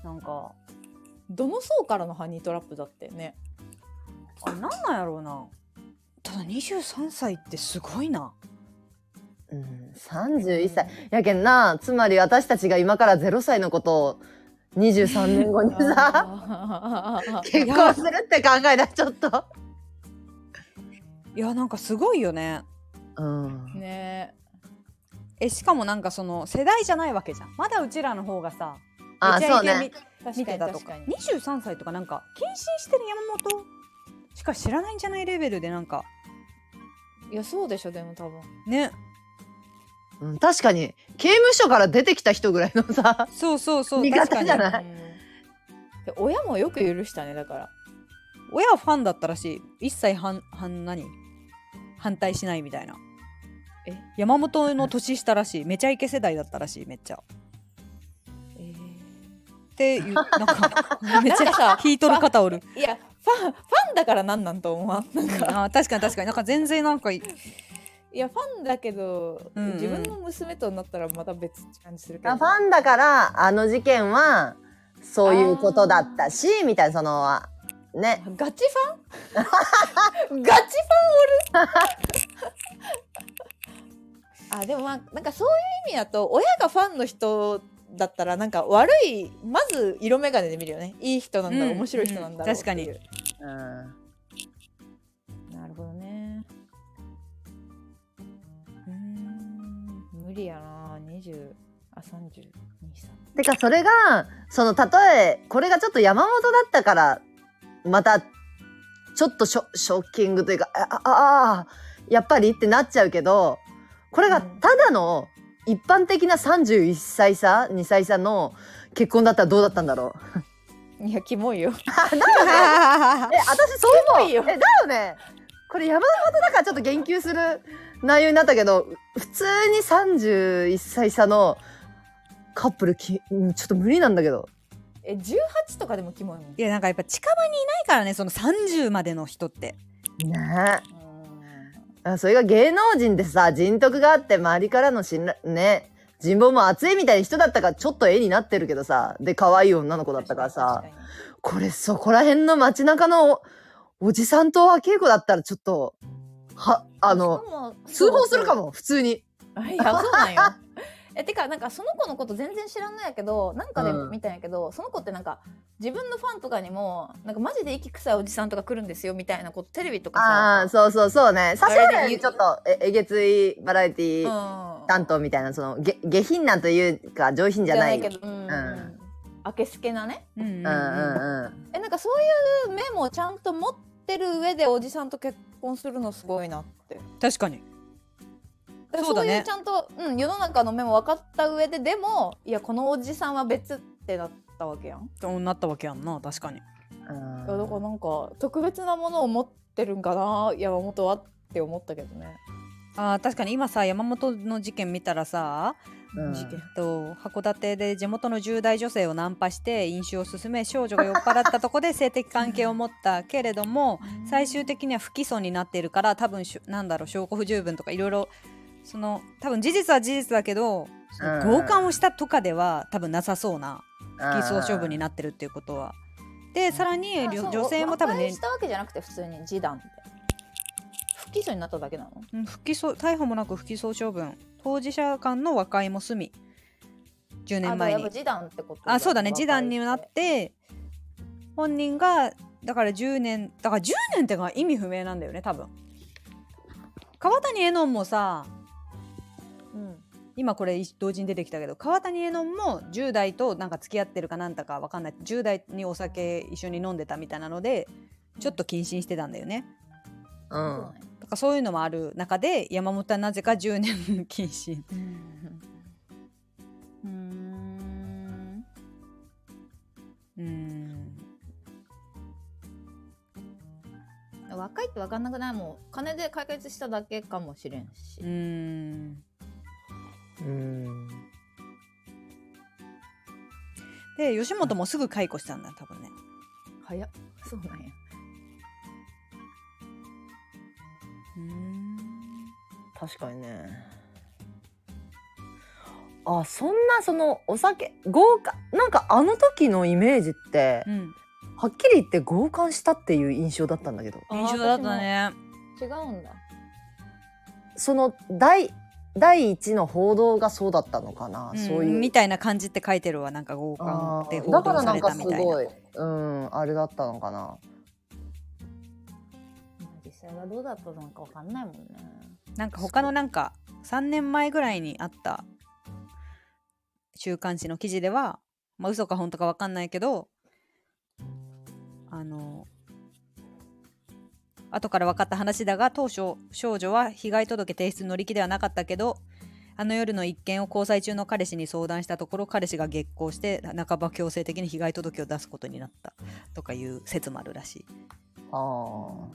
Speaker 1: なんか
Speaker 2: どの層からのハニートラップだってね
Speaker 1: あれなんなんやろうなただ23歳ってすごいな
Speaker 3: うん、31歳。やけんな、つまり私たちが今から0歳のことを23年後にさ、
Speaker 2: あー
Speaker 3: 結婚するって考えだ、ちょっと。
Speaker 1: いやなんかすごいよね
Speaker 3: うん。
Speaker 2: ね
Speaker 1: えしかもなんかその世代じゃないわけじゃんまだうちらの方がさ
Speaker 3: あ、
Speaker 1: めちゃ
Speaker 3: そう
Speaker 1: イケ
Speaker 3: ね。
Speaker 2: 確かに
Speaker 1: 見てたと
Speaker 2: 確
Speaker 1: か
Speaker 2: に
Speaker 1: 23歳とかなんか謹慎してる山本しか知らないんじゃないレベルでなんか
Speaker 2: いやそうでしょでも多分
Speaker 1: ね
Speaker 3: うん確かに、刑務所から出てきた人ぐらいのさ、
Speaker 1: そうそうそう
Speaker 3: 味
Speaker 1: 確か
Speaker 3: 方
Speaker 1: に
Speaker 3: じゃ
Speaker 1: 親
Speaker 3: ない
Speaker 2: うんで親もよく許したねだから
Speaker 1: はファンだったらしい一切反反何反対しないみたいな
Speaker 2: え
Speaker 1: 山本の年下らしいめちゃイケ世代だったらしいめっちゃ
Speaker 2: え
Speaker 1: っていうなんかめっち
Speaker 2: なんかさ
Speaker 1: ゃ引いとる方おる
Speaker 2: ーいやファンファンだからなんなんと思わんなんか
Speaker 1: あー確かに確かになんか全然なんかい
Speaker 2: いやファンだけど、
Speaker 1: うんうん
Speaker 2: 自分の娘となったらまた別って感じするけど
Speaker 3: あファンだからあの事件はそういうことだったしみたいなそのあね
Speaker 2: ガチファン ガチファンおるあでもまあなんかそういう意味だと親がファンの人だったらなんか悪いまず色眼鏡で見るよねいい人なんだろう、
Speaker 1: うん
Speaker 2: 面白い人なんだろうっていう
Speaker 1: うん
Speaker 3: うん
Speaker 2: なるほどねうーん無理やな20あ三32歳
Speaker 3: てかそれがその例えこれがちょっと山本だったからまたちょっとショショッキングというかああああやっぱりってなっちゃうけどこれがただの一般的な31歳差2歳差の結婚だったらどうだったんだろう
Speaker 2: いやキモいよ
Speaker 3: え私そう思う
Speaker 2: すごいよ
Speaker 3: えだよねこれ山本だからちょっと言及する内容になったけど普通に31歳差のカップルきうんちょっと無理なんだけど
Speaker 2: え18とかでもキモいもん
Speaker 1: いやなんかやっぱ近場にいないからねその30までの人って
Speaker 3: ねえあそれが芸能人でさ人徳があって周りからの信頼ね人望も厚いみたいな人だったからちょっと絵になってるけどさで可愛い女の子だったからさ
Speaker 2: 確かに
Speaker 3: これそこら辺の街中のおおじさんとは稽古だったらちょっとはあの
Speaker 2: しかも
Speaker 3: 通報するかも普通に。
Speaker 2: あいやそうなんよ えてかなんかその子のこと全然知らんのやけどなんかで
Speaker 3: うん
Speaker 2: 見たんやけど、その子ってなんか自分のファンとかにもなんかマジで息臭いおじさんとか来るんですよみたいなことテレビとか
Speaker 3: ああ、
Speaker 2: さ
Speaker 3: そうそうそうね。さ
Speaker 2: あ
Speaker 3: し
Speaker 2: れで
Speaker 3: らにちょっとええげついバラエティー
Speaker 2: うん
Speaker 3: 担当みたいな、そのげ下品なんというか上品じゃない。
Speaker 2: けど、うん
Speaker 3: ん
Speaker 2: 明けすけなね
Speaker 1: うんうん
Speaker 3: うんうんうん。
Speaker 2: えなんかそういう面もちゃんと持ってる上でおじさんと結婚するのすごいなって
Speaker 1: 確かに
Speaker 2: だから
Speaker 1: そうだ
Speaker 2: そう
Speaker 1: ね
Speaker 2: いうちゃんと、うん、世の中の目も分かった上ででもいやこのおじさんは別ってなったわけやん
Speaker 1: そうなったわけやんな確かに
Speaker 3: うん
Speaker 2: いやだからなんか特別なものを持ってるんかな山本はって思ったけどね。
Speaker 1: あー確かに今さ山本の事件見たらさ、
Speaker 3: うん
Speaker 1: えっと、函館で地元の10代女性をナンパして飲酒を勧め少女が酔っ払ったと こで性的関係を持ったけれども最終的には不起訴になっているから多分しょなんだろう証拠不十分とかいろいろその多分事実は事実だけどその
Speaker 3: うん
Speaker 1: 強姦をしたとかでは多分なさそうな不起訴処分になってるっていうことは。でさらにりょ女性も多分
Speaker 2: ね。和
Speaker 1: ね
Speaker 2: 解したわけじゃなくて普通に示談って不起訴になっただけなの。
Speaker 1: うん不起訴逮捕もなく不起訴処分当事者間の和解も済み10
Speaker 2: あ
Speaker 1: 年
Speaker 2: だから
Speaker 1: 前
Speaker 2: やっぱ
Speaker 1: に
Speaker 2: 示談ってこと
Speaker 1: あそうだね
Speaker 2: 和解
Speaker 1: 示談になって本人がだから10年だから10年ってのは意味不明なんだよね多分川谷絵音もさ
Speaker 2: うん
Speaker 1: 今これ同時に出てきたけど川谷絵音も10代となんか付き合ってるかなんだかわかんない10代にお酒一緒に飲んでたみたいなのでちょっと謹慎してたんだよね
Speaker 3: う
Speaker 2: そうんだね
Speaker 1: だからそういうのもある中で山本はなぜか10年謹慎
Speaker 2: うーん
Speaker 1: うーん
Speaker 2: 若いって分かんなくないもう金で解決しただけかもしれんし、
Speaker 1: うーん
Speaker 3: うん
Speaker 1: で吉本もすぐ解雇したんだ多分ね
Speaker 2: 早っそうなんや
Speaker 1: うーん
Speaker 3: 確かにねあそんなそのお酒豪華なんかあの時のイメージって
Speaker 1: うん
Speaker 3: はっきり言って強姦したっていう印象だったんだけど
Speaker 1: 印象だったね
Speaker 2: 違うんだ
Speaker 3: その第第一の報道がそうだったのかな、
Speaker 1: ん
Speaker 3: そういう
Speaker 1: みたいな感じって書いてるわなんか強
Speaker 3: あ
Speaker 1: 姦で
Speaker 3: ー
Speaker 1: 報
Speaker 3: だから
Speaker 1: 道
Speaker 3: な
Speaker 1: さ
Speaker 3: ん
Speaker 1: れ
Speaker 3: か
Speaker 1: た
Speaker 3: す
Speaker 1: みたいな
Speaker 3: ごいうんあれだったのかな
Speaker 2: 実際はどうだったのか分かん ないもんね
Speaker 1: なんか他のなんか3年前ぐらいにあった週刊誌の記事では、まあ嘘か本当か分かんないけどあの後から分かった話だが当初少女は被害届提出乗り気ではなかったけどあの夜の一件を交際中の彼氏に相談したところ彼氏が激高して半ば強制的に被害届を出すことになったとかいう説もあるらしい。
Speaker 3: あー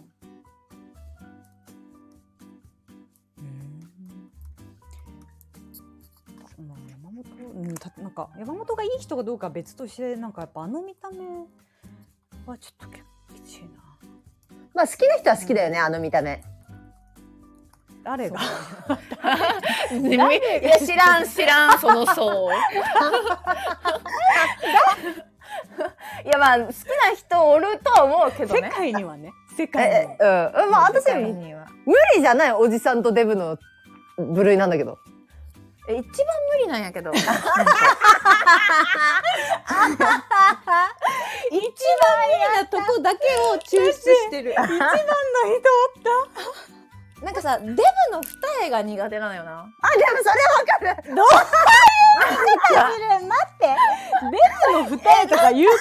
Speaker 1: うんまあ山本うんたなんか山本がいい人かどうかは別としてなんかやっぱあの見た目はちょっと結構きついな
Speaker 3: まあ好きな人は好きだよね、あの見た目
Speaker 1: 誰が
Speaker 2: いや知らん知らんその 層いやまあ好きな人おるとは思うけど
Speaker 1: 世
Speaker 2: ね
Speaker 1: 界にはね世界に
Speaker 3: え
Speaker 1: は
Speaker 3: うんまあ私
Speaker 2: 世界
Speaker 3: 無
Speaker 2: には
Speaker 3: 理じゃないおじさんとデブの部類なんだけど
Speaker 2: え一番無理なん やけど一番
Speaker 1: 一番嫌なとこだけを抽出してる一番の
Speaker 2: なんかさデブの二重が苦手なのよな
Speaker 3: あでもそれはわか る
Speaker 1: 人の二重とかいう考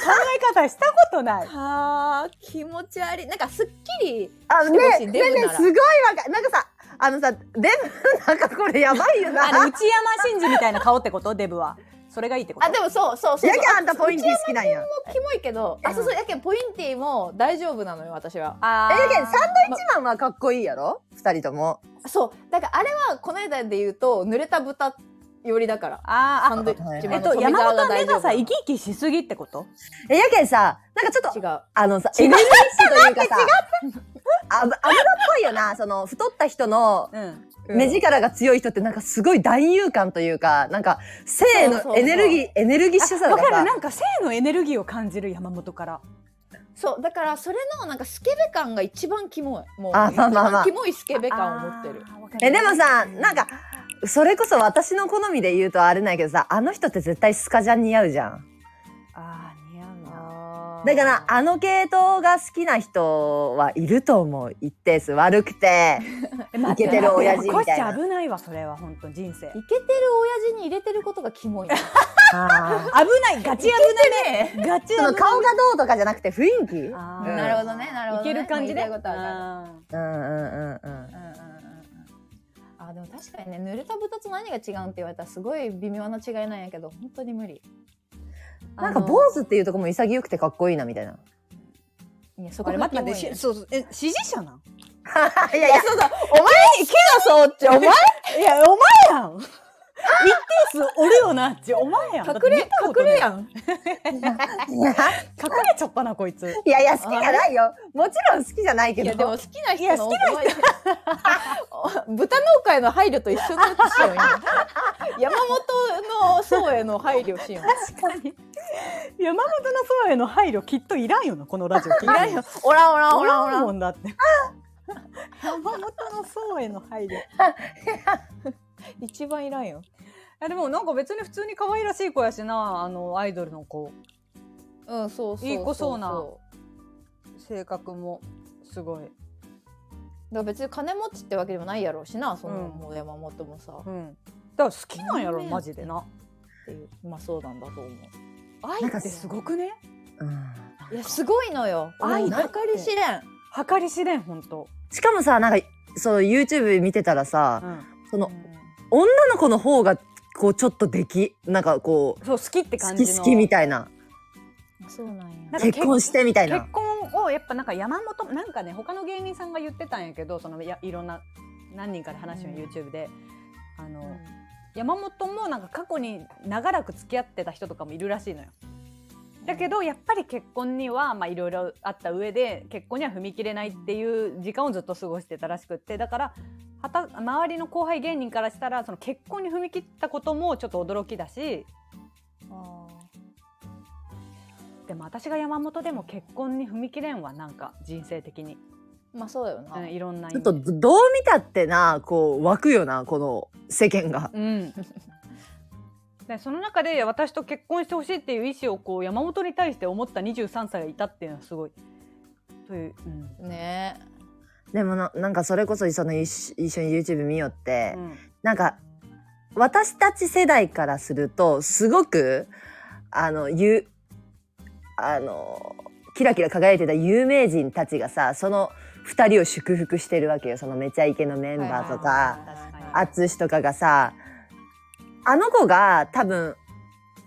Speaker 1: え方したことない
Speaker 2: はあ気持ち悪いなんかすっきり
Speaker 3: あ
Speaker 2: してほし
Speaker 3: ね
Speaker 2: い
Speaker 3: ね
Speaker 2: デブ
Speaker 3: ね
Speaker 2: なら
Speaker 3: すごいわかるなんかさあのさデブなんかこれやばいよ
Speaker 1: あ
Speaker 3: な
Speaker 1: の内山真司みたいな顔ってことデブはそれがいいってこと
Speaker 2: あでもそうそうそう
Speaker 3: や
Speaker 2: そう
Speaker 3: けあんたポインティ好きなんや
Speaker 2: キモいけどあそうそうやけんポインティも大丈夫なのよ私は
Speaker 1: あ
Speaker 3: えやけんサンド
Speaker 1: ー
Speaker 3: イッチマンはかっこいいやろ二人とも
Speaker 2: そうだからあれはこの間で言うと濡れた豚寄りだから
Speaker 1: あー
Speaker 2: サンドイッチ
Speaker 1: え
Speaker 2: マ
Speaker 1: っ
Speaker 2: ンの
Speaker 1: と
Speaker 2: 富
Speaker 1: 山
Speaker 2: 澤
Speaker 1: 本
Speaker 2: が
Speaker 1: は目
Speaker 2: 大丈
Speaker 1: が
Speaker 2: 夫
Speaker 1: さ
Speaker 2: なの
Speaker 1: 生き生きしすぎってこと
Speaker 3: えやけんさなんかちょっ
Speaker 2: 違
Speaker 3: と
Speaker 2: う
Speaker 3: あのさ
Speaker 2: 違う
Speaker 3: エネルギッシュというかさあぶ油っぽいよなその太った人の
Speaker 1: うん
Speaker 3: 目力が強い人ってなんかすごい男優感というかなんか性
Speaker 2: そうそうそ
Speaker 3: の
Speaker 2: う
Speaker 3: エネルギーエネルギッシュさ
Speaker 1: わ
Speaker 3: が
Speaker 1: かる
Speaker 3: さ
Speaker 1: なんか性のエネルギーを感じる山本から
Speaker 2: そうだからそれのなんかスケベ感が一番キモいもう
Speaker 3: あまあまあまあ
Speaker 2: 一番キモいスケベ感を持ってる
Speaker 1: あーわかる
Speaker 3: えでもさなんかそれこそ私の好みで言うとあれないけどさあの人って絶対スカジャン似合うじゃん
Speaker 1: あー似合うな
Speaker 3: だからあの系統が好きな人はいると思う一定数悪くて
Speaker 1: え待って
Speaker 3: イケてる親
Speaker 1: 待
Speaker 3: 父
Speaker 1: って
Speaker 3: みたいな
Speaker 1: こっち危ないわそれは本当人生
Speaker 2: イケてる親父に入れてることがキモい
Speaker 3: あ
Speaker 1: 危ないガチ危ないねガチ
Speaker 3: ーその顔がどうとかじゃなくて雰囲気うん
Speaker 1: あ
Speaker 3: ー
Speaker 1: ー
Speaker 3: なるほ
Speaker 2: どねなるほどね
Speaker 1: いける感じで
Speaker 2: まあ言いたいことは
Speaker 3: うんうんうん
Speaker 2: うんうんうんうんあでも確かにね濡れた豚と何が違うんって言われたらすごい微妙な違いなんやけど本当に無理
Speaker 3: なんか
Speaker 2: あの
Speaker 3: 坊主っていうとこも潔くてかっこいいなみたいな
Speaker 2: いやそ
Speaker 1: あ
Speaker 2: こ
Speaker 1: れ
Speaker 2: が
Speaker 1: 待
Speaker 2: キ
Speaker 1: っ
Speaker 2: モ
Speaker 1: て
Speaker 2: い
Speaker 1: 待って
Speaker 2: ね
Speaker 1: しそうそうえ支持者なん
Speaker 3: いやいや
Speaker 2: そうそうお前に木だそうっちお前
Speaker 1: いやお前や ん一定数おるよなっちお前やん
Speaker 2: 隠れ隠れや
Speaker 1: ん隠
Speaker 2: ん
Speaker 1: れちゃったなこいつ
Speaker 3: いやいや好きじゃないよもちろん好きじゃないけ
Speaker 2: い
Speaker 3: ど
Speaker 2: やでも好きない
Speaker 1: や
Speaker 2: 人の
Speaker 1: 好き
Speaker 2: な人 豚農家への配慮と一緒のやつしようよ山本の層への配慮しよう
Speaker 1: 確かに山本の層への配慮きっといらんよなこのラジオ 聞いて
Speaker 2: いらんよおらんおらんお
Speaker 1: おら
Speaker 2: らんお
Speaker 1: ん
Speaker 2: らん
Speaker 1: もんだ って山本の層への配慮
Speaker 2: 一番いらんよ
Speaker 1: でもなんか別に普通に可愛らしい子やしなあのアイドルの子
Speaker 2: うんそうそう
Speaker 1: いい子そうな性格もすごい、
Speaker 2: だから別に金持ちってわけでもないやろうしなその、
Speaker 1: うん
Speaker 2: もう山本もさ
Speaker 1: うん、だから好きなんやろ
Speaker 2: うん
Speaker 1: マジでな
Speaker 2: っていうまあそうなんだと思う
Speaker 1: 愛ってすごくね
Speaker 3: うん
Speaker 2: いやすごいのよ
Speaker 1: 愛
Speaker 2: 愛
Speaker 1: だって
Speaker 2: ばかり知れん
Speaker 1: 計り知れんほんと、
Speaker 3: しかもさなんかそう YouTube 見てたら
Speaker 1: う
Speaker 3: さ
Speaker 1: ん
Speaker 3: その女の子の方がこうちょっとできなんかこう
Speaker 1: そう好きって
Speaker 3: 好
Speaker 1: 感じ
Speaker 3: き
Speaker 1: の
Speaker 3: 好きみたいな
Speaker 2: そうなん
Speaker 1: なん
Speaker 2: や
Speaker 1: か結
Speaker 3: 結婚してみたい
Speaker 1: 結
Speaker 3: な
Speaker 1: 婚をやっぱなんか山本なんかね他の芸人さんが言ってたんやけどそのやいろんな何人かで話を
Speaker 2: うん
Speaker 1: YouTube で、あの山本もなんか過去に長らく付き合ってた人とかもいるらしいのよ。だけどやっぱり結婚にはまあいろいろあった上で結婚には踏み切れないっていう時間をずっと過ごしてたらしくってだからはた周りの後輩芸人からしたらその結婚に踏み切ったこともちょっと驚きだし
Speaker 2: あー
Speaker 1: でも私が山本でも結婚に踏み切れんわなんか人生的に、
Speaker 2: まあそうだよな、
Speaker 1: うんいろんな意
Speaker 3: ちょっ
Speaker 1: 味
Speaker 3: と
Speaker 1: で
Speaker 3: どどう見たってなこう湧くよなこの世間が
Speaker 1: うん、 でその中で私と結婚してほしいっていう意思をこう山本に対して思った23歳がいたっていうのはすごい。といううん
Speaker 2: ねえ
Speaker 3: でもななんかそれこそその一緒一緒に YouTube 見よって、
Speaker 1: うん
Speaker 3: なんか私たち世代からするとすごくあのゆあのキラキラ輝いてた有名人たちがさその2人を祝福してるわけよそのめちゃイケのメンバーとか、
Speaker 2: はい
Speaker 1: 確かに
Speaker 3: 淳とかがさあの子が多分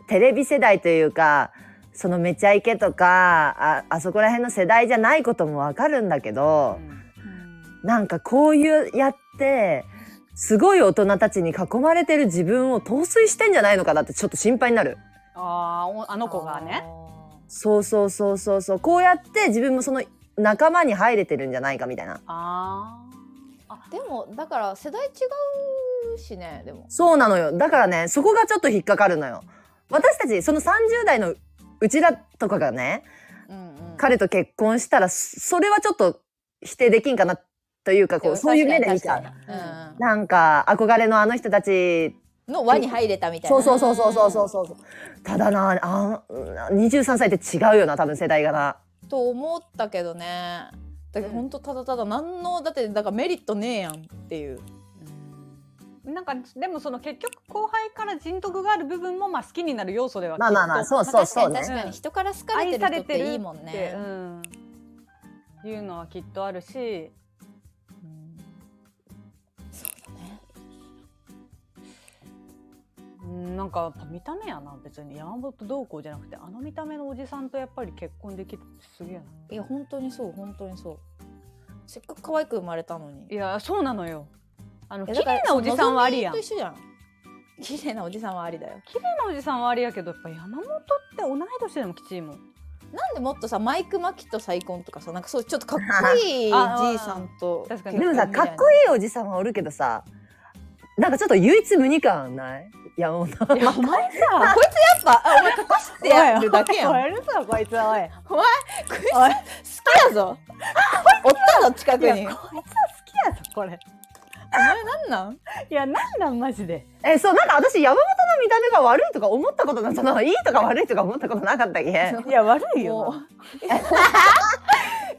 Speaker 3: テレビ世代というかそのめちゃイケとかああそこら辺の世代じゃないこともわかるんだけど、なんかこういうやってすごい大人たちに囲まれてる自分を陶酔してんじゃないのかなってちょっと心配になる。
Speaker 1: あーおあの子がね。
Speaker 3: そうそうそうそうそうこうやって自分もその仲間に入れてるんじゃないかみたいな。
Speaker 1: あ
Speaker 2: あーでもだから世代違うしねでも
Speaker 3: そうなのよ。だからね、そこがちょっと引っかかるのよ。私たち、その30代のうちらとかがね、
Speaker 2: うんうん
Speaker 3: 彼と結婚したら、そそれはちょっと否定できんかなというか、こう、そういう目で見ちゃう。
Speaker 2: 確かに確かに
Speaker 3: なんか、憧れのあの人たち、
Speaker 2: うんの輪に入れたみたいな
Speaker 3: そうそうそうそうそうそうそう。ただな、あうん23歳って違うよな、多分世代がな。
Speaker 2: と思ったけどねだけど
Speaker 1: うん
Speaker 2: 本当ただただ何のだってだからメリットねえやんっていう
Speaker 1: ーなんかでもその結局後輩から人徳がある部分もまあ好きになる要素では
Speaker 3: まあまあまあ、そうそうそう
Speaker 2: まあ
Speaker 3: ね
Speaker 2: 確。かに確かに人から好かれてる人っていいもん
Speaker 1: きっとって、う
Speaker 2: ね
Speaker 1: ん、いうのはきっとあるし
Speaker 2: うんそうだね
Speaker 1: うんなんかやっぱ見た目やな別に山本どうこうじゃなくてあの見た目のおじさんとやっぱり結婚できるってすげえない
Speaker 2: や本当にそう本当にそうせっかく可愛く生まれたのに
Speaker 1: いやそうなのよあの
Speaker 2: え
Speaker 1: 綺
Speaker 2: だから
Speaker 1: 麗なおじさんはありやん
Speaker 2: そ
Speaker 1: 綺
Speaker 2: うのぞみと一緒じゃん綺麗なおじさんはありだよ
Speaker 1: 麗なおじさんはありやけどやっぱ山本って同い年でもきちいもん
Speaker 2: なんでもっとさマイク・マキと再婚とかさなんかそうちょっとかっこいいじ い
Speaker 1: あー
Speaker 2: さんと
Speaker 1: 確かに
Speaker 3: でもさ、かっこ
Speaker 2: い
Speaker 3: いいおじさんはおるけどさ、なんかちょっと唯一無二感ない山本。
Speaker 1: いやお前さ
Speaker 2: こいつやっぱあお前隠してやるだけやん
Speaker 1: おいおいやる ぞこいつはおい
Speaker 2: こいつ 好きやぞおったぞ近く
Speaker 1: いや
Speaker 2: に
Speaker 1: こいつは好きやぞこれ
Speaker 2: なんなん
Speaker 1: いやなんなんマジで
Speaker 3: え、そう、なんか私、山本の見た目が悪いとか思ったことな、その、いいとか悪いとか思ったことなかったっけ
Speaker 1: いや悪い
Speaker 2: も
Speaker 1: よ
Speaker 2: う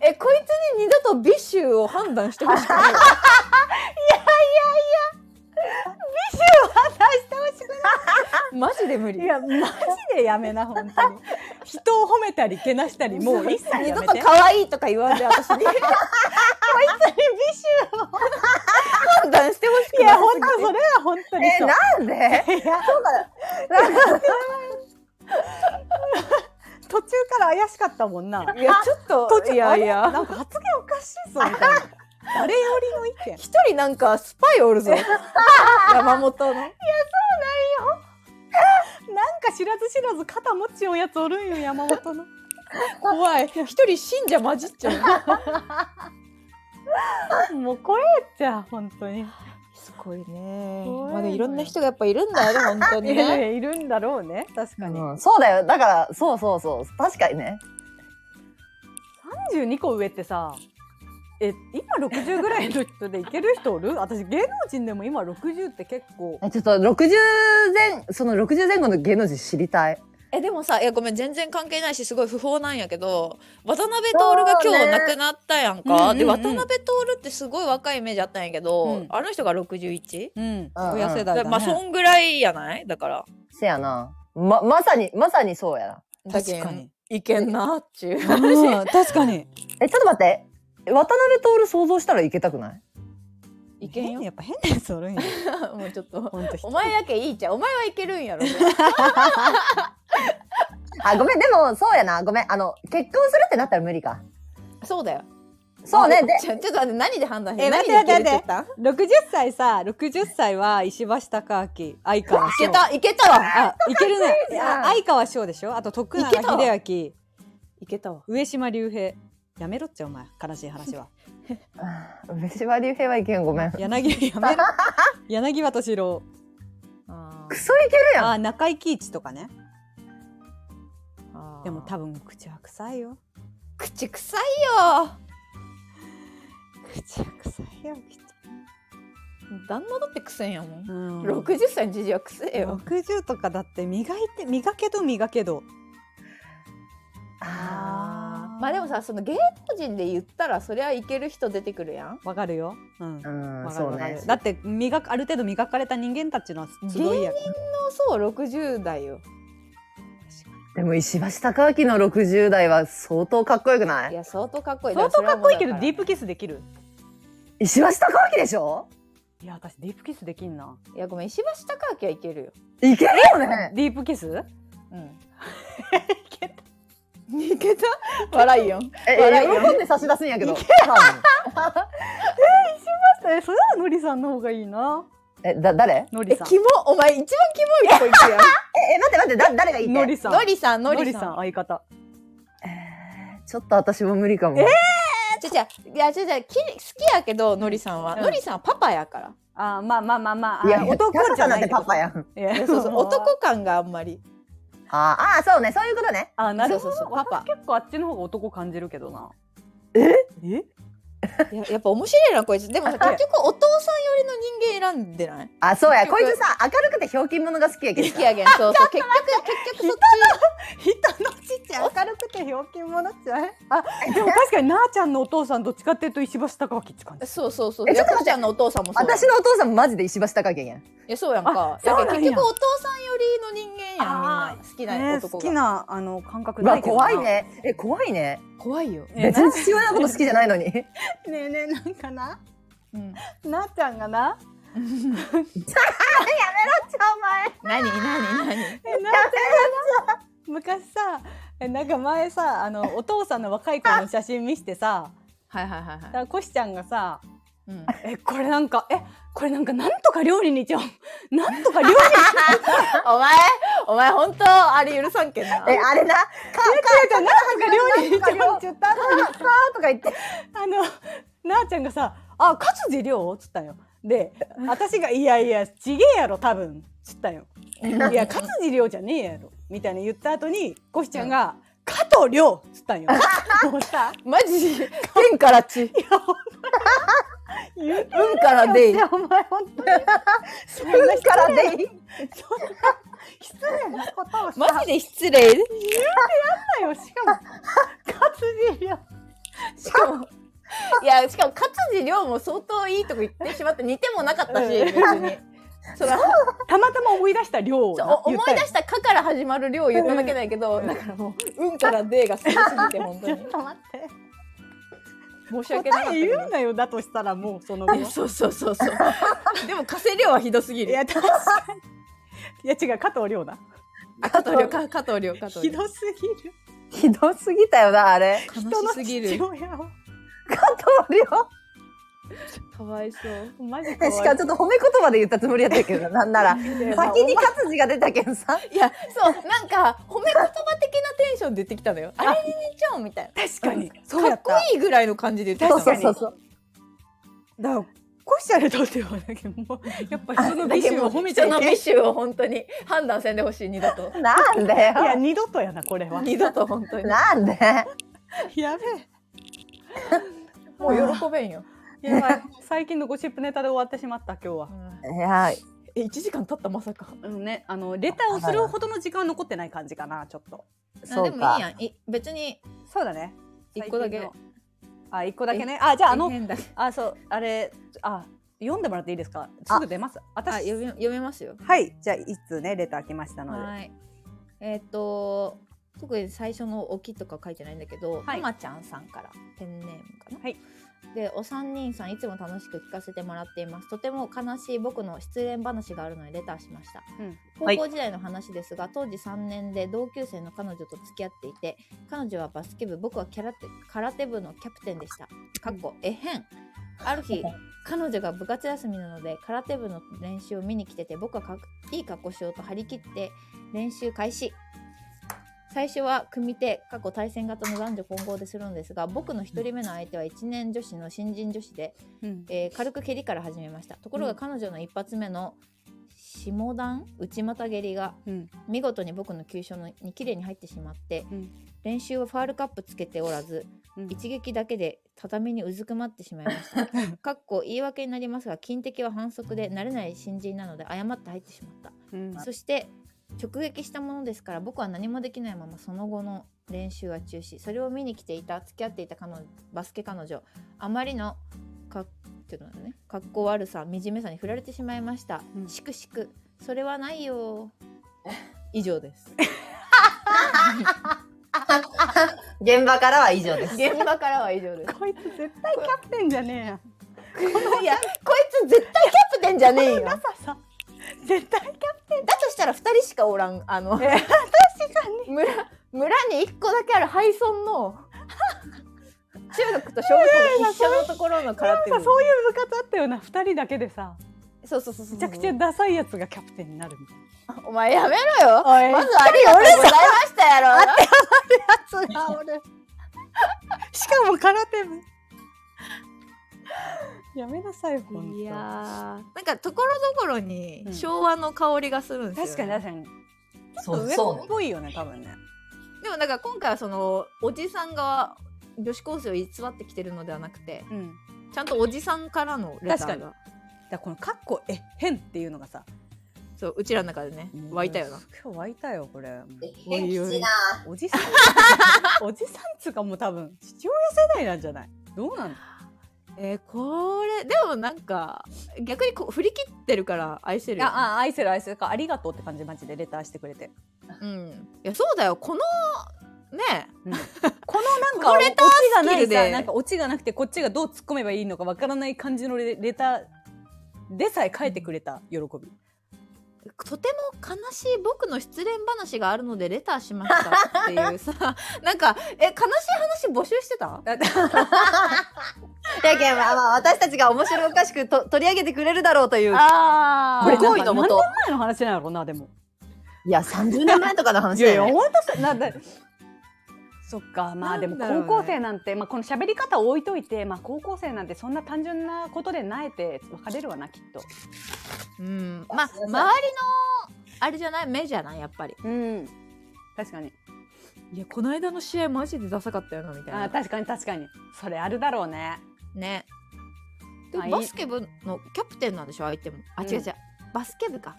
Speaker 2: えこいつに二度と美醜を判断してほしくない
Speaker 1: 果たしてほしく
Speaker 2: マジで無理
Speaker 1: いやマジでやめな本当に 人を褒めたりけなしたりもう一切やめて
Speaker 2: 二度と可愛いとか言わんで私に判断してほしく
Speaker 1: い
Speaker 2: ない
Speaker 1: や本当それは本当に
Speaker 3: え、
Speaker 1: そう
Speaker 3: なんで
Speaker 1: いや
Speaker 3: そうか。なんか
Speaker 1: 途中から怪しかったもんな。
Speaker 2: いやちょ
Speaker 1: 途
Speaker 2: っと
Speaker 1: 中
Speaker 2: いやい
Speaker 1: あれ
Speaker 2: や
Speaker 1: なんか発言おかしいぞみたいな。 誰よりの意見。
Speaker 2: 一人なんかスパイお るぞ山本の
Speaker 1: なんか知らず知らず肩持ちようやつおるんよ山本の。怖い。
Speaker 2: 一人信者混じっちゃう
Speaker 1: もう怖えっちゃ本当に。
Speaker 2: すごいね
Speaker 1: 怖いのよ
Speaker 2: まあでもいろんな人がやっぱいるんだよね本当に
Speaker 1: い やい
Speaker 2: ね
Speaker 1: やいるんだろうね確かに。
Speaker 3: うん、そうだよだからそうそうそう確かにね
Speaker 1: 32個上ってさえ今60ぐらいの人でいける人おる私芸能人でも今60って結構
Speaker 3: えちょっと60前その60前後の芸能人知りたい
Speaker 2: えでもさいやごめん全然関係ないしすごい不法なんやけど渡辺徹が今日亡くなったやんか、
Speaker 1: そうね
Speaker 2: で
Speaker 1: うんうんう
Speaker 2: 渡
Speaker 1: ん
Speaker 2: 辺徹ってすごい若いイメージあったんやけど、
Speaker 1: うん
Speaker 2: あの人が 61?
Speaker 1: うん
Speaker 3: うん
Speaker 1: 親世代だね、
Speaker 2: まあそんぐらいやないだから
Speaker 3: せやなままさにまさにそうやな
Speaker 2: だけん
Speaker 1: 確かに
Speaker 2: いけんなっちゅう
Speaker 1: うん確か に
Speaker 3: えちょっと待って渡辺徹想像したらいけたくない
Speaker 2: いけん
Speaker 1: 変
Speaker 2: よ
Speaker 1: やっぱ変なやつおる んよ
Speaker 2: もうちょっと
Speaker 1: ほんと
Speaker 2: お前やけいいじゃんお前はいけるんやろ
Speaker 3: あごめんでもそうやなごめんあの結婚するってなったら無理か
Speaker 2: そうだよ
Speaker 3: そうねで
Speaker 2: ちょちょっと待って何で判断して
Speaker 1: え
Speaker 2: 何
Speaker 1: 待って
Speaker 2: でいける
Speaker 1: 待
Speaker 2: っ
Speaker 1: ってて
Speaker 2: 言っ
Speaker 1: 待って
Speaker 2: た
Speaker 1: 60歳さ60歳は石橋貴明相川
Speaker 2: い
Speaker 1: 翔
Speaker 2: けたいけたわ
Speaker 1: あいけるね
Speaker 3: いじゃ
Speaker 1: あ
Speaker 3: ん
Speaker 1: 相川翔でしょあと徳
Speaker 2: いけたわ
Speaker 1: 永秀
Speaker 2: いけたわ
Speaker 1: 明上島竜兵やめろっちゃお前悲しい話は
Speaker 3: 上島竜兵はいけんごめん
Speaker 1: 柳やめろ柳葉敏郎
Speaker 2: あ
Speaker 3: クソいけるやん
Speaker 1: あ中井貴一とかね
Speaker 2: ー
Speaker 1: でも多分口は臭いよ
Speaker 2: 口臭いよ
Speaker 1: 口は臭いよきっ
Speaker 2: 旦那だって臭いやもん
Speaker 1: と、うん
Speaker 2: 60歳のじじはくせえよ。
Speaker 1: 60とかだって磨いて磨けど磨けどあー
Speaker 2: まあでもさその芸能人で言ったらそりゃいける人出てくるやん。
Speaker 1: わかるよ、うん
Speaker 3: うん
Speaker 1: わかる
Speaker 3: そう
Speaker 1: わかる
Speaker 3: ね
Speaker 1: だって磨くある程度磨かれた人間たちの集いやん
Speaker 2: そうそう60代よ。
Speaker 3: でも石橋貴明の60代は相当かっこよくない
Speaker 2: いや相当かっこいい。
Speaker 1: 相当かっこいいけど
Speaker 2: だ
Speaker 1: ディー
Speaker 2: ら
Speaker 1: プキスできる
Speaker 3: 石橋貴明でしょ
Speaker 1: いや私ディープキスできんな
Speaker 2: それはもうだからいやごめん石橋貴明はいけるよ。
Speaker 3: いけるよね
Speaker 1: ディープキス
Speaker 2: うん。 いけた。笑いよ。
Speaker 3: え
Speaker 2: 笑いよ
Speaker 3: 喜んで差し出すんやけど
Speaker 2: い
Speaker 1: えそれはのりさんの方がいいな
Speaker 3: えだ誰
Speaker 1: のり
Speaker 2: え
Speaker 1: さん
Speaker 2: キモお前一番キモいとこ行くやん。
Speaker 3: ええ待って待ってだ誰がいいって
Speaker 1: のりさん
Speaker 2: のりさんの
Speaker 1: の
Speaker 2: り
Speaker 1: り
Speaker 2: さ
Speaker 1: さん
Speaker 2: ん。
Speaker 1: 相方
Speaker 3: ちょっと私も無理かも
Speaker 1: え
Speaker 2: じゃじゃいやじゃじゃ好きやけどのりさんは、
Speaker 1: うん
Speaker 2: のりさんはパパやから。
Speaker 1: あーまあまあまあまあ
Speaker 3: いや
Speaker 1: あー男
Speaker 3: 男
Speaker 1: じ
Speaker 3: じゃ
Speaker 1: ゃな
Speaker 3: な
Speaker 1: んい
Speaker 3: て
Speaker 1: ってこ
Speaker 3: パ
Speaker 1: と
Speaker 3: パやん
Speaker 1: いや
Speaker 2: そ うそう男感があんまり。
Speaker 3: あーあーそうねそういうことね
Speaker 1: あーなるほ
Speaker 2: そう
Speaker 1: ど
Speaker 2: そうそうパパ
Speaker 1: 私結構あっちの方が男感じるけどなえ
Speaker 2: いややっぱ面白いなこいつでもさ結局お父さん寄りの人間選んでない
Speaker 3: あそうや
Speaker 2: 結
Speaker 3: こい
Speaker 2: 局
Speaker 3: つさ明るくてひょうきん者が好きやけど
Speaker 2: 引
Speaker 3: さ
Speaker 2: き上げんそうそう結局結局そっ
Speaker 1: 人のちっちゃい明るくてひょうきん者っちゃいあでも確かになあちゃんのお父さんどっちかっていうと石橋貴明って感じ
Speaker 2: ちそうそうそう
Speaker 3: えちょっと
Speaker 2: 役
Speaker 3: 待って
Speaker 2: 者のお父さんもそうやん
Speaker 3: 私のお父さんマジで石橋貴明やん
Speaker 2: いやそうやんか
Speaker 1: あそうなんや
Speaker 2: だから結局お父さん寄りの人間やんみんな
Speaker 1: あ
Speaker 2: 好きな
Speaker 1: 好
Speaker 2: 男
Speaker 1: き
Speaker 2: が、
Speaker 1: なあの感覚
Speaker 3: う
Speaker 1: な
Speaker 3: わ
Speaker 1: いけど
Speaker 3: 怖いねえ怖いね
Speaker 2: 怖いよ、
Speaker 1: え
Speaker 3: 別に父親のこと好きじゃないのにえ
Speaker 1: ねえねえなんかな
Speaker 2: うん、
Speaker 1: なあちゃんがな
Speaker 2: 何何何
Speaker 1: えなあち ゃんがな昔さえなんか前さあのお父さんの若い子の写真見してさ
Speaker 2: はいはいはいはい、
Speaker 1: だコシちゃんがさ
Speaker 2: うん、
Speaker 1: えこれなんかえこれなんかなんとか料理にちゃうなんとか料理に
Speaker 2: お前お前本当あれ許さんけんな
Speaker 3: あれなか
Speaker 1: ちゃうなんとか料理にちゃうって言った後に
Speaker 3: かかとか言って
Speaker 1: あの、なあちゃんがさ、あ、勝地涼っつったんよ。で、私が、いやいや、ちげえやろ、多分、つったんよ。い や、勝地涼じゃねえやろ、みたいな言った後に、コシちゃんが、加藤涼っつ ったんよ。もうさ、
Speaker 2: マジ天から地
Speaker 1: 言う
Speaker 2: 運からでいい
Speaker 1: お前、本当に。そんな
Speaker 3: うんからでいい
Speaker 1: そんな失礼なことをした
Speaker 2: マジで 失
Speaker 1: よ。
Speaker 2: 礼
Speaker 1: しかも、勝地涼。
Speaker 2: しかもいやしかも勝地涼も相当いいとこ行ってしまって似てもなかったし
Speaker 1: うん
Speaker 2: 別に。その
Speaker 1: たまたま思い出した涼を
Speaker 2: そう
Speaker 1: な
Speaker 2: 思
Speaker 1: 言っ
Speaker 2: い
Speaker 1: たよ
Speaker 2: 出した「か」から始まる量を言っただけないけど、だからもう「うん」から「で」がすごすぎて本当
Speaker 1: ちょ
Speaker 2: に
Speaker 1: っと待って。
Speaker 2: 申し訳なかった
Speaker 1: 答え
Speaker 2: けど
Speaker 1: 言うなよ、だとしたらもう、その
Speaker 2: い
Speaker 1: 後
Speaker 2: や。そうそうそうそう でも稼量はひどすぎ
Speaker 1: い
Speaker 2: る
Speaker 1: や、確かに。いや、違う、加藤涼だ。
Speaker 2: 加藤量加藤量加藤
Speaker 1: ひ
Speaker 2: 量
Speaker 1: どすぎる。
Speaker 3: ひどすぎたよなあれ
Speaker 4: 悲しすぎる
Speaker 2: 人の父親を
Speaker 3: 通るよ
Speaker 4: かわいそう
Speaker 2: マジかわい
Speaker 3: しかもちょっと褒め言葉で言ったつもりやったけど なんなら
Speaker 2: と
Speaker 3: 先に活字が出たけんさ
Speaker 2: いやそうなんか褒め言葉的なテンション出てきたのよあれに似ちゃうみたい
Speaker 1: 確かに。
Speaker 2: な
Speaker 1: そう
Speaker 2: か
Speaker 1: や
Speaker 2: っ
Speaker 1: った。
Speaker 2: こいいぐらいの感じで言って
Speaker 3: そう
Speaker 2: た
Speaker 3: そう
Speaker 2: の
Speaker 3: そうそう
Speaker 1: だから、コシャレとってはだけどもう、やっぱ人の美
Speaker 2: だけ
Speaker 1: 酒
Speaker 2: ど
Speaker 1: を褒めちゃい
Speaker 2: 人の
Speaker 1: けない。
Speaker 2: 美酒を本当に判断せんでほしい二度と
Speaker 3: なんだ
Speaker 1: いや、
Speaker 3: よ
Speaker 1: 二度とやな、これは。
Speaker 2: 二度と本当に
Speaker 3: なんで
Speaker 1: やべえ。
Speaker 2: もう喜べんよ、
Speaker 1: やばい。最近のゴシップネタで終わってしまった、今日は。
Speaker 3: いや
Speaker 2: え1時間経ったまさか
Speaker 1: うんね、あの、レターをするほどの時間は残ってない感じかな、ちょっと。
Speaker 3: そう
Speaker 2: でもいい
Speaker 3: か
Speaker 2: やんい別に
Speaker 1: そうだね。
Speaker 2: 一個だけ
Speaker 1: 最近の。あ、一個だけね。あ、じゃあ、あの、
Speaker 2: 変だ
Speaker 1: あ、そう、あれ、あ、読んでもらっていいですか。すぐ出ます。
Speaker 2: あ
Speaker 1: 私
Speaker 2: 読み読めますよ
Speaker 1: はい、じゃあ、いつね、レター来ましたので。
Speaker 2: はいえっ、と特に最初の「おき」とか書いてないんだけ
Speaker 1: は
Speaker 2: ど、
Speaker 1: い
Speaker 2: たまちゃんさんからペンネームかな、
Speaker 1: はい
Speaker 2: で「お三人さんいつも楽しく聞かせてもらっていますとても悲しい僕の失恋話があるのでレターしました
Speaker 1: うん
Speaker 2: 高
Speaker 3: はい
Speaker 2: 校時代の話ですが、当時3年で同級生の彼女と付き合っていて彼女はバスケ部僕はキャラテ空手部のキャプテンでしたかっこえへんある日彼女が部活休みなので空手部の練習を見に来てて僕はかっいい格好しようと張り切って練習開始最初は組手過去対戦型の男女混合でするんですが僕の1人目の相手は1年女子の新人女子で
Speaker 1: うん
Speaker 2: えー軽く蹴りから始めましたところ
Speaker 1: う
Speaker 2: が
Speaker 1: ん
Speaker 2: 彼女の一発目の下段内股蹴りが
Speaker 1: うん
Speaker 2: 見事に僕の急所のに綺麗に入ってしまって、
Speaker 1: うん
Speaker 2: 練習はファールカップつけておらず、
Speaker 1: うん
Speaker 2: 一撃だけで畳にうずくまってしまいました かっこ言い訳になりますが金敵は反則で慣れない新人なので誤って入ってしまった
Speaker 1: うん
Speaker 2: そして直撃したものですから僕は何もできないままその後の練習は中止それを見に来ていた付き合っていた彼女バスケ彼女あまりのかちょっと待ってね格好悪さ惨めさに振られてしまいました、
Speaker 1: うん
Speaker 2: しくしくそれはないよ 以上です
Speaker 3: 現場からは以上です
Speaker 2: 現場からは以上です
Speaker 1: こいつ絶対キャプテンじゃねえや。
Speaker 2: いやこいつ絶対キャプテンじゃ ねえよだ
Speaker 1: ささ、絶対
Speaker 2: としたら2人しかおらんあの
Speaker 1: え
Speaker 2: 村村に1個だけある廃村 の中学と小学校が一緒のところの空手部
Speaker 1: さそういう部活あったよな二人だけでさ
Speaker 2: そうそうそうそう。
Speaker 1: めちゃくちゃダサいやつがキャプテンになるみたい
Speaker 2: お前やめろ
Speaker 1: な。
Speaker 2: よ。まずありがとうございましたやろ。
Speaker 1: しかも空手部。やめなさいほん
Speaker 2: い
Speaker 1: と。
Speaker 2: やー
Speaker 1: 確
Speaker 2: なんかところどころに
Speaker 1: うん
Speaker 2: 昭和の香りがするんですよ
Speaker 1: か
Speaker 2: ね、
Speaker 1: に確かに。
Speaker 3: そ
Speaker 1: 上っぽいよね多分ね。
Speaker 2: でもなんか今回はそのおじさんが女子高生を偽ってきてるのではなくて
Speaker 1: うん。
Speaker 2: ちゃんとおじさんからのレタ
Speaker 1: 確
Speaker 2: ー
Speaker 1: かに
Speaker 2: が
Speaker 1: だからこのカッコえ変っていうのがさ。
Speaker 2: そううちらの中でね湧いたよな
Speaker 1: もう。今日湧いたよこれ。
Speaker 3: えへんきちな
Speaker 1: おじさん おじさんっつうかもう多分父親世代なんじゃない。どうなんの。
Speaker 2: えーこれでもなんか逆にこう振り切ってるから愛せるよね
Speaker 1: ああ愛せる愛せるかありがとうって感じマジでレターしてくれて。
Speaker 2: うん、いやそうだよこのね
Speaker 1: このなん
Speaker 2: こ
Speaker 1: か
Speaker 2: のレター
Speaker 1: オチがな
Speaker 2: スキ
Speaker 1: い
Speaker 2: ル
Speaker 1: さ
Speaker 2: で
Speaker 1: なんかオチがなくてこっちがどう突っ込めばいいのかわからない感じのレレターでさえ書いてくれた 喜び
Speaker 2: とても悲しい僕の失恋話があるのでレターしましたっていうさ なんかえ悲しい話募集してた
Speaker 1: だ
Speaker 3: だけど、まあまあ、私たちが面白おかしくと取り上げてくれるだろうという
Speaker 2: あ
Speaker 1: これ
Speaker 2: ー
Speaker 3: 好意のもと
Speaker 1: 前の話なんやろうなでも
Speaker 3: いや30年前とかの話
Speaker 1: い
Speaker 3: だ
Speaker 1: やいや
Speaker 3: よ、ね、
Speaker 1: 本当なんだそっかまあでも
Speaker 2: なんだろうね
Speaker 1: 高校生なんてまあこの喋り方を置いといてまあ高校生なんてそんな単純なことでなえて別れるわなきっと
Speaker 2: うんまあ周りのあれじゃない目じゃないやっぱり
Speaker 1: うん確かに
Speaker 2: いやこの間の試合マジでダサかったよなみたい
Speaker 1: あ
Speaker 2: な
Speaker 1: ー確かに確かにそれあるだろうね
Speaker 2: ねで
Speaker 1: あいい
Speaker 2: バスケ部のキャプテンなんでしょ相手もあ
Speaker 1: うん
Speaker 2: 違う違うバスケ部か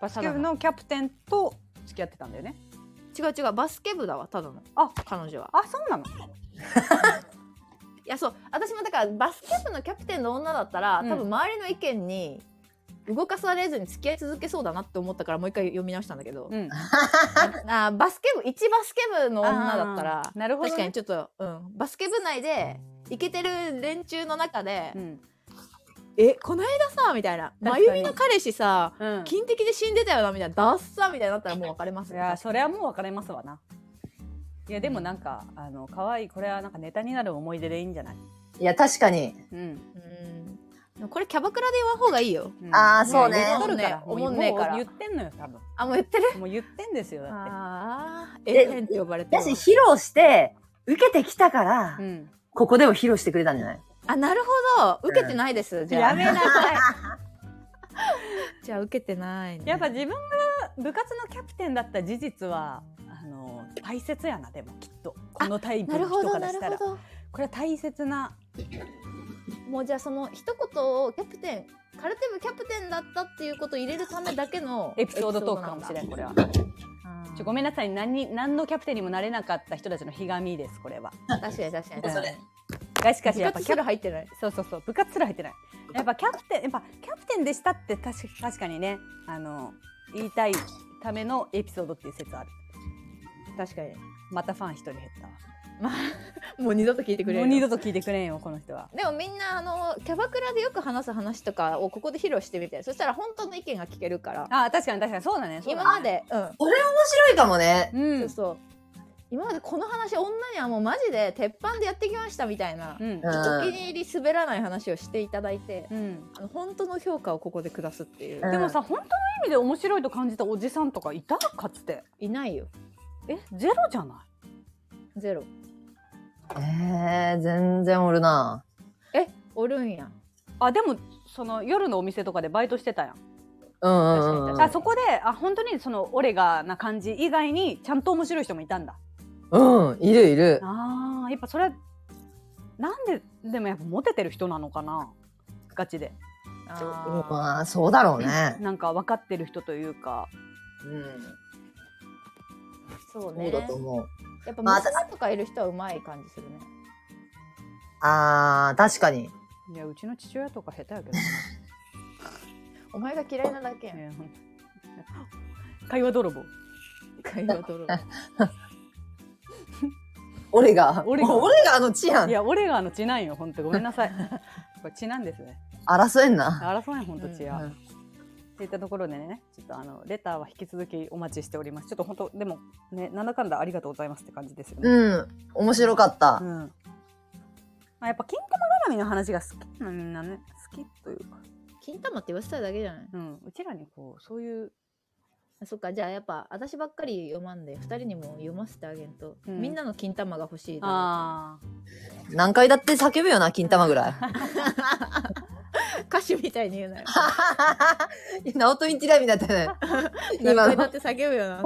Speaker 1: バスケ部のキャプテンと付き合ってたんだよね
Speaker 2: 違う違うバスケ部だわただの
Speaker 1: あ
Speaker 2: 彼女は
Speaker 1: あそうなの
Speaker 2: いやそう私もだからバスケ部のキャプテンの女だったら、
Speaker 1: うん
Speaker 2: 多分周りの意見に動かされずに付き合い続けそうだなって思ったからもう一回読み直したんだけど、
Speaker 1: うん
Speaker 2: ああバスケ部一バスケ部の女だったら
Speaker 1: あーなるほどね
Speaker 2: 確かにちょっと、うん、バスケ部内でイケてる連中の中で「
Speaker 1: うん
Speaker 2: えこの間さ」みたいな
Speaker 1: 確
Speaker 2: 「
Speaker 1: か
Speaker 2: 真
Speaker 1: に
Speaker 2: 由美の彼氏さ
Speaker 1: うん
Speaker 2: 金敵で死んでたよな」みたいな「ダッサ」みたいになったらもう別れま
Speaker 1: い
Speaker 2: すよ
Speaker 1: やそれはもう別れますわな。いやでもなんかあの可愛いこれはなんかネタになる思い出でいいんじゃない、
Speaker 3: いや確かに
Speaker 1: うん
Speaker 2: うんこれキャバクラで言わん方がいいよ。
Speaker 1: うん
Speaker 3: あーそうね
Speaker 1: いや言うとるから
Speaker 2: おもんねえ
Speaker 1: もう
Speaker 2: から
Speaker 1: もう言ってんのよ多分
Speaker 2: あ、もう言ってる。
Speaker 1: もう言ってんですよだっ
Speaker 2: ああ、
Speaker 3: え
Speaker 2: エフェンって呼ばれて
Speaker 3: や
Speaker 2: る
Speaker 3: し。披露して受けてきたから、
Speaker 1: て、うん、
Speaker 3: ここでも披露してくれたんじゃない
Speaker 2: あ、なるほど。受けてないです。じゃあ。
Speaker 1: やめなさい
Speaker 2: じゃあ受けてない、ね。
Speaker 1: やっぱ自分が部活のキャプテンだった事実はあの大切やなでもきっとこのタイプ
Speaker 2: な
Speaker 1: の
Speaker 2: るほ
Speaker 1: 人
Speaker 2: ど、
Speaker 1: から
Speaker 2: なる
Speaker 1: した
Speaker 2: ほ
Speaker 1: ら
Speaker 2: ど。
Speaker 1: これは大切な
Speaker 2: もうじゃあその一言をキャプテン、空手部キャプテンだったっていうことを入れるためだけの
Speaker 1: エピソードトークかもしれんこれは
Speaker 2: あー
Speaker 1: ちょごめんなさい何に何のキャプテンにもなれなかった人たちのひがみですこれは
Speaker 2: 確かに確かに。
Speaker 1: それがしかしやっぱキャプ
Speaker 2: 入ってない。
Speaker 1: そうそうそう部活すら入ってないやっぱキャプテンやっぱキャプテンでしたって確か確かにねあの言いたいためのエピソードっていう説ある
Speaker 2: 確かに。
Speaker 1: またファン一人減ったわ
Speaker 2: まあ、 もう二度と聞いてくれ
Speaker 1: も
Speaker 2: る。
Speaker 1: う二度と聞いてくれんよこの人は
Speaker 2: でもみんなあのキャバクラでよく話す話とかをここで披露してみてそしたら本当の意見が聞けるから
Speaker 1: あー確かに確かにそうだねそうだね
Speaker 2: 今までう,、
Speaker 3: 白いかもね
Speaker 1: うん
Speaker 2: ん、そうそう今までこの話女にはもうマジで鉄板でやってきましたみたいな、
Speaker 1: うん
Speaker 3: うん
Speaker 2: お気に入り滑らない話をしていただいて、
Speaker 1: うん
Speaker 2: あの本当の評価をここで下すっていう、
Speaker 3: うん
Speaker 1: でもさ本当の意味で面白いと感じたおじさんとかいたかつて
Speaker 2: いないよ
Speaker 1: えゼロじゃな
Speaker 2: ゼロ
Speaker 3: えー、全然おるな
Speaker 2: えおるんや
Speaker 1: いあでもその夜のお店とかでバイトしてたやん
Speaker 3: うんうんうん
Speaker 1: あそこであ本当にそのオレガな感じ以外にちゃんと面白い人もいたんだ
Speaker 3: うんいるいる
Speaker 1: あーやっぱそれはなんででもやっぱモテてる人なのかなガチで
Speaker 2: あ
Speaker 3: まあそうだろうね、
Speaker 1: なんか分かってる人というか
Speaker 3: うん、
Speaker 2: ーそう
Speaker 3: そ
Speaker 2: ね
Speaker 3: うだと思う
Speaker 2: やっぱ
Speaker 3: まあ
Speaker 2: 娘とかいる人はうまい感じするね
Speaker 3: あー確かに
Speaker 1: いやうちの父親とか下手やけどな
Speaker 2: お前が嫌いなだけやん
Speaker 1: いやほんと 会話泥棒
Speaker 2: 会話泥棒
Speaker 3: 俺が
Speaker 1: 俺が
Speaker 3: もう俺があの地や
Speaker 1: い
Speaker 3: ん
Speaker 1: やオレガの血なんよ本当ごめんなさ いこれ血なんですね
Speaker 3: 争えんな
Speaker 1: 争えん本当血や、
Speaker 3: うん
Speaker 1: っていったところでねちょっとあのレターは引き続きお待ちしておりますちょっと本当でもねなんだかんだありがとうございますって感じですよね
Speaker 3: うん面白かった
Speaker 1: う、んまあ、やっぱ金玉絡みの話が好きなのみんなね好きというか、
Speaker 2: 金玉って言わせたいだけじゃない
Speaker 1: うん、うちらにこうそういう
Speaker 2: あそっかじゃあやっぱ私ばっかり読まんで二人にも読ませてあげんと、
Speaker 1: うん
Speaker 2: みんなの金玉が欲しいだろう
Speaker 1: あ
Speaker 3: 何回だって叫ぶよな金玉ぐらい
Speaker 2: 歌手みたいに言うなよ
Speaker 3: ナオトインティラミだったね 今
Speaker 2: 何回
Speaker 3: の
Speaker 2: だって叫ぶよな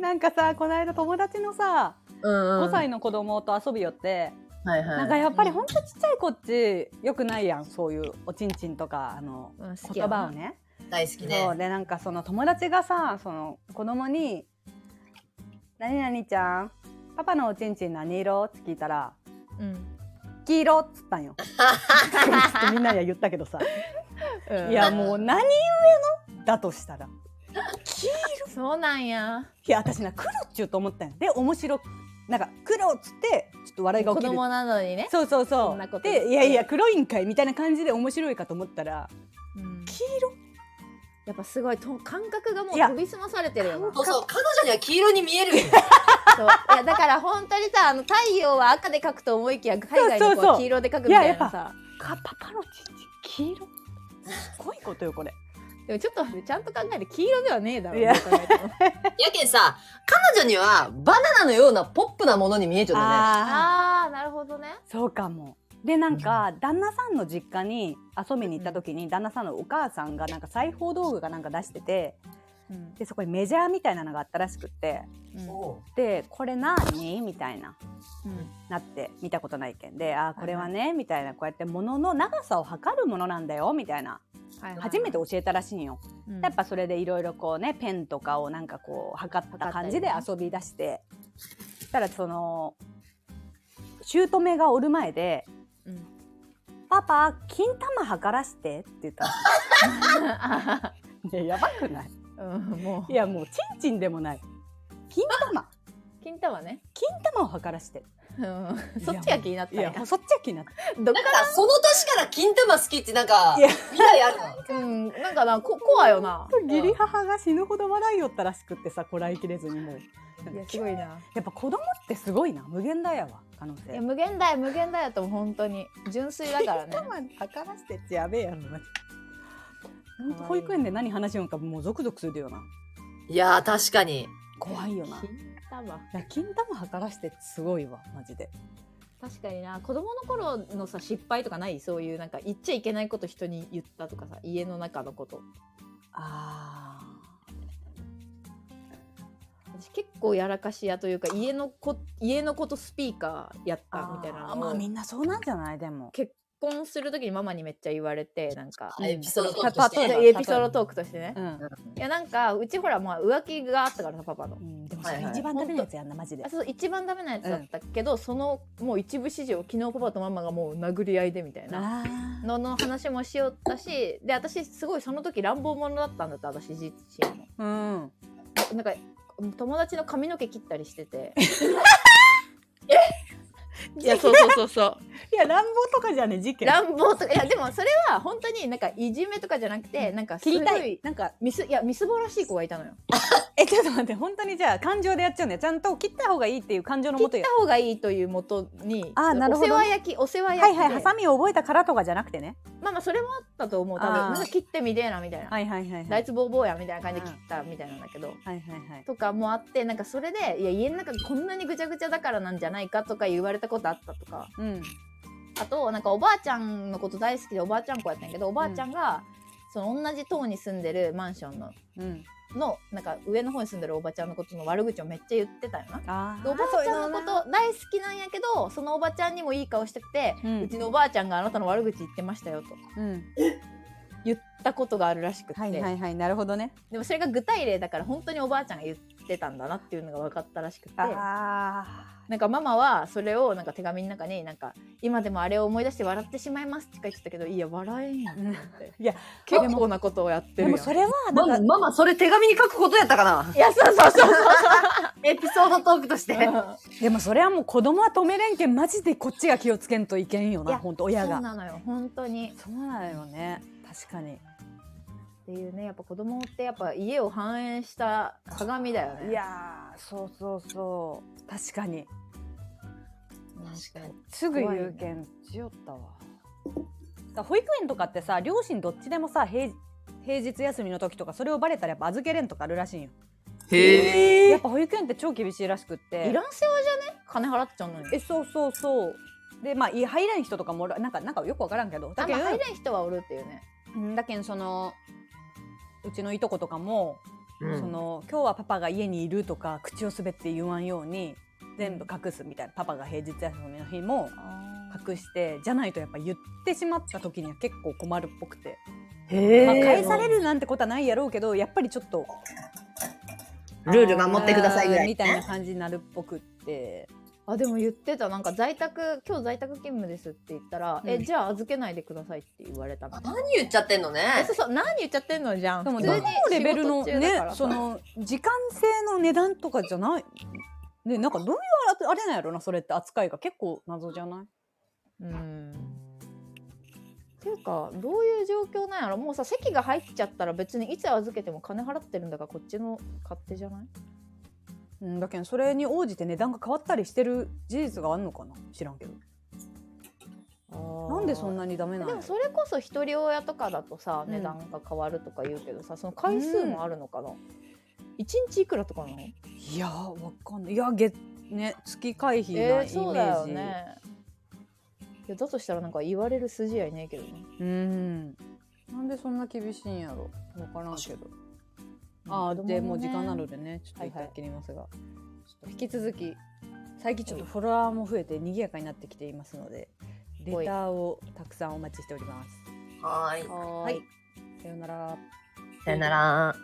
Speaker 1: なんかさこの間友達のさ、
Speaker 3: うんう
Speaker 1: 5
Speaker 3: ん
Speaker 1: 歳の子供と遊びよって、
Speaker 3: はい
Speaker 1: なんか
Speaker 3: はい
Speaker 1: やっぱりほんとちっちゃい子っちよくないやんそういうおちんちんとかあの
Speaker 2: うん好き
Speaker 1: 言
Speaker 2: やわ
Speaker 1: 葉
Speaker 2: な
Speaker 1: をね。
Speaker 3: 大好きね
Speaker 1: そうでなんかその友達がさその子供に「何々ちゃんパパのおちんちん何色?」って聞いたら
Speaker 2: うん
Speaker 1: 「黄色」っつったんよ。ちょっとみんなには言ったけどさ
Speaker 2: うん
Speaker 1: いやもう何故のだとしたら
Speaker 2: そうなんや
Speaker 1: いや私な黒っちゅうと思ったんよで面白くなんか黒っつってちょっと笑いが
Speaker 2: 子
Speaker 1: 起きる
Speaker 2: 供なのにね
Speaker 1: そうそうそ
Speaker 2: そんなこ
Speaker 1: う
Speaker 2: と
Speaker 1: でいやいや黒いんかいみたいな感じで面白いかと思ったら
Speaker 2: うん
Speaker 1: 黄色
Speaker 2: やっぱすごいと感覚がもう
Speaker 1: いや
Speaker 2: 研ぎ澄まされてるよな
Speaker 3: そうそう彼女には黄色に見え るよ
Speaker 2: そういやだから本当にさあの太陽は赤で描くと思いきや海外の
Speaker 1: そう
Speaker 2: 子
Speaker 1: そうそ
Speaker 2: は
Speaker 1: う
Speaker 2: 黄色で描くみたいなさ
Speaker 1: いかパパのちんちん黄色すごいことよこれ
Speaker 2: でもちょっと待ってちゃんと考えて黄色ではねえだろ
Speaker 1: いや
Speaker 2: どう考えても
Speaker 3: やけんさ彼女にはバナナのようなポップなものに見えちゃうよね
Speaker 1: ああ
Speaker 2: ああなるほどね
Speaker 1: そうかもでなんか旦那さんの実家に遊びに行った時に旦那さんのお母さんがなんか裁縫道具がなんか出してて
Speaker 2: うん
Speaker 1: でそこにメジャーみたいなのがあったらしくって
Speaker 2: うん
Speaker 1: でこれ何みたいな
Speaker 2: うん
Speaker 1: なって見たことないけんであーこれはねみたいなこうやって物の長さを測るものなんだよみたいな
Speaker 2: はいはい
Speaker 1: 初めて教えたらしいんよ。
Speaker 2: うん
Speaker 1: やっぱそれでいろいろこうねペンとかをなんかこう測った感じで
Speaker 2: 測
Speaker 1: 遊
Speaker 2: っ
Speaker 1: び出してそしたらその姑がおる前で
Speaker 2: うん
Speaker 1: 「パパ金玉測らして」って言ったの いややばくない
Speaker 2: うん、もう
Speaker 1: いやもうチンチンでもない金玉
Speaker 2: 金玉ね
Speaker 1: 金玉を測らして
Speaker 2: うん、そっちが気になった
Speaker 1: い
Speaker 2: んや
Speaker 1: やそっちは気になった
Speaker 2: どっ
Speaker 3: だからその年から金玉好きってなんか
Speaker 1: いや
Speaker 3: 未来あるの
Speaker 2: うん、なんかなこ怖いよな
Speaker 1: 義理母が死ぬほど笑いよったらしくってさこらえきれずにもう
Speaker 2: いやすごいな
Speaker 1: やっぱ子供ってすごいな無限大やわ可能性
Speaker 2: いや無限大無限大だと思う本当に純粋だからね
Speaker 1: 頭測らしてってやべえやろマジほんと保育園で何話しようかもうゾクゾクするよな。
Speaker 3: いやー確かに
Speaker 1: 怖いよな。い
Speaker 2: 玉
Speaker 1: や、金玉測らしてってすごいわ、マジで。
Speaker 2: 確かにな子供の頃のさ失敗とかないそういうなんか言っちゃいけないこと人に言ったとかさ家の中のこと
Speaker 1: あ
Speaker 2: 私結構やらかし屋というか家のこ家のことスピーカーやった
Speaker 1: あ。
Speaker 2: みたいな
Speaker 1: あ
Speaker 2: の
Speaker 1: まあ
Speaker 2: を
Speaker 1: み
Speaker 2: 結
Speaker 1: んなそうなんじゃないでも。
Speaker 2: 婚する時にママにめっちゃ言われてなんか
Speaker 3: エピソードトーク
Speaker 1: パ
Speaker 3: と
Speaker 1: ター
Speaker 3: し
Speaker 1: ン
Speaker 3: て
Speaker 1: だ
Speaker 2: エピソードトークとしてね
Speaker 1: うん。
Speaker 2: いやなんかうちほらまあ浮気があったからさパパの
Speaker 1: うん、でもそ
Speaker 3: はい
Speaker 1: れ
Speaker 3: はい
Speaker 1: 一番ダメなやつやんな、マジで
Speaker 2: あ。そう一番ダメなやつだったけど、そのもう一部始終昨日パパとママがもう殴り合いでみたいな
Speaker 1: あー
Speaker 2: のの話もしよったしで私すごいその時乱暴者だったんだって私自身も
Speaker 1: うん。
Speaker 2: なんか友達の髪の毛切ったりし てて
Speaker 4: いや、そうそうそうそう。
Speaker 1: いや、乱暴とかじゃね、事件。
Speaker 2: 乱暴とかいやでもそれは本当になんかいじめとかじゃなくて、なんかす
Speaker 1: 切
Speaker 2: ご
Speaker 1: りた
Speaker 2: い
Speaker 1: い。なんか、
Speaker 2: みすいやみすぼらしい子がいたのよ
Speaker 1: え、ちょっと待って、本当にじゃあ、感情でやっちゃうんだよ。ちゃんと切った方がいいっていう感情の
Speaker 2: 切
Speaker 1: も
Speaker 2: っ
Speaker 1: と
Speaker 2: た
Speaker 1: や。
Speaker 2: 方がいいというもとに
Speaker 1: あーなるほど
Speaker 2: お世話焼きお世話
Speaker 1: は
Speaker 2: 焼
Speaker 1: い
Speaker 2: きで、
Speaker 1: はい、ハサミを覚えたからとかじゃなくてね。
Speaker 2: まあまあそれもあったと思う多分
Speaker 1: あー
Speaker 2: なんか切ってみてえなみたいな、
Speaker 1: はいはいはいはい。
Speaker 2: 大豆ボーボーやみたいな感じで切ったみたいなんだけど、
Speaker 1: はいはいはい。
Speaker 2: とかもあってなんかそれでいや家の中こんなにぐちゃぐちゃだからなんじゃないかとか言われたことあったとか
Speaker 1: うん。
Speaker 2: あとなんかおばあちゃんのこと大好きでおばあちゃん子やったんやけどおばあちゃんが、その同じ棟に住んでるマンションの
Speaker 1: うん。
Speaker 2: のなんか上の方に住んでるおばちゃんのことの悪口をめっちゃ言ってたよな。
Speaker 1: あ
Speaker 2: で
Speaker 1: あ。
Speaker 2: おばあちゃんのこと大好きなんやけどそのおばちゃんにもいい顔してて、
Speaker 1: う
Speaker 2: うんちのおばあちゃんがあなたの悪口言ってましたよと
Speaker 1: と。うん。
Speaker 2: 言ったことがあるらしくって、
Speaker 1: はいはいはい、なるほどね。
Speaker 2: でもそれが具体例だから本当におばあちゃんが言ってたんだなっていうのが分かったらしくて
Speaker 1: あ
Speaker 2: なんかママはそれをなんか手紙の中になんか今でもあれを思い出して笑ってしまいますって書いてたけどいや笑えんや
Speaker 1: あ。
Speaker 2: んって
Speaker 1: いや
Speaker 2: 結構なことをやっ
Speaker 1: で
Speaker 2: てるや
Speaker 1: も
Speaker 2: ん
Speaker 1: それはな
Speaker 3: マ
Speaker 1: ん
Speaker 3: マ
Speaker 1: か
Speaker 3: ママそれ手紙に書くことやったかない
Speaker 2: やそうそうそうそう
Speaker 3: エピソードトークとして
Speaker 1: でもそれはもう子供は止めれんけんマジでこっちが気をつけんといけんよ
Speaker 2: い
Speaker 1: な
Speaker 2: や
Speaker 1: 本当親
Speaker 2: そう
Speaker 1: が
Speaker 2: なのよ本当に
Speaker 1: そうなのよね確かに
Speaker 2: っていうねやっぱ子供ってやっぱ家を反映した鏡だよね
Speaker 1: いやーそうそうそう確かに
Speaker 3: 確か
Speaker 1: すぐ言うけんしよったわだから保育園とかってさ両親どっちでもさ平平日休みの時とかそれをバレたらやっぱ預けれんとかあるらしいんよ
Speaker 3: にへえ
Speaker 1: やっぱ保育園って超厳しいらしくって
Speaker 2: いらん世話じゃね金払っちゃうのに
Speaker 1: えそうそうそうでまあい入らん人とかもおらなんかなんかよくわからんけど
Speaker 2: あ
Speaker 1: だ
Speaker 2: ん
Speaker 1: け
Speaker 2: ま
Speaker 1: ど
Speaker 2: 入れん人はおるっていうね
Speaker 1: うんだけんそのうちのいとことかも、
Speaker 3: うん
Speaker 1: その今日はパパが家にいるとか口を滑って言わんように全部隠すみたいなパパが平日休みの日も隠してじゃないとやっぱ言ってしまった時には結構困るっぽくて、
Speaker 3: へ
Speaker 1: まあ、
Speaker 3: ー
Speaker 1: 返されるなんてことはないやろうけどやっぱりちょっと
Speaker 3: ルール守ってくださいぐら
Speaker 1: うん
Speaker 3: い
Speaker 1: みたいな感じになるっぽくって
Speaker 2: あでも言ってたなんか在宅今日在宅勤務ですって言ったら、
Speaker 1: うん
Speaker 2: えじゃあ預けないでくださいって言われたの
Speaker 3: 何言っちゃってんのね
Speaker 2: えそうそう何言っちゃってんのじゃん
Speaker 1: でも
Speaker 2: 普
Speaker 1: ど
Speaker 2: 通
Speaker 1: の
Speaker 2: に
Speaker 1: レベルの
Speaker 2: 仕事中だ
Speaker 1: ね
Speaker 2: からさ
Speaker 1: その時間制の値段とかじゃないねなんかどういうあれなんやろなそれって扱いが結構謎じゃない
Speaker 2: うんっていうかどういう状況なんやろもうさ席が入っちゃったら別にいつ預けても金払ってるんだからこっちの勝手じゃない
Speaker 1: うん、だけどそれに応じて値段が変わったりしてる事実があるのかな知らんけどなんでそん
Speaker 2: な
Speaker 1: なにダメな
Speaker 2: で
Speaker 1: の
Speaker 2: もそれこそ一人親とかだとさ
Speaker 1: うん
Speaker 2: 値段が変わるとか言うけどさその回数もあるのかな、一日いくらとかなの
Speaker 1: いやーわかんないいや月ね月会費なイメ
Speaker 2: え
Speaker 1: ー
Speaker 2: ー、
Speaker 1: ジ、
Speaker 2: そうだよねいやだとしたらなんか言われる筋合いねえけどな
Speaker 1: うんなんでそんな厳しいんやろわからんけどああ
Speaker 2: 子供のね
Speaker 1: でもう時間なのでねちょっと一回切りますが、ちょっと引き続き最近ちょっとフォロワーも増えて賑やかになってきていますのでレタ
Speaker 2: ほい
Speaker 1: ーをたくさんお待ちしております
Speaker 3: はーい
Speaker 2: は
Speaker 1: はいさようなら
Speaker 3: さよなら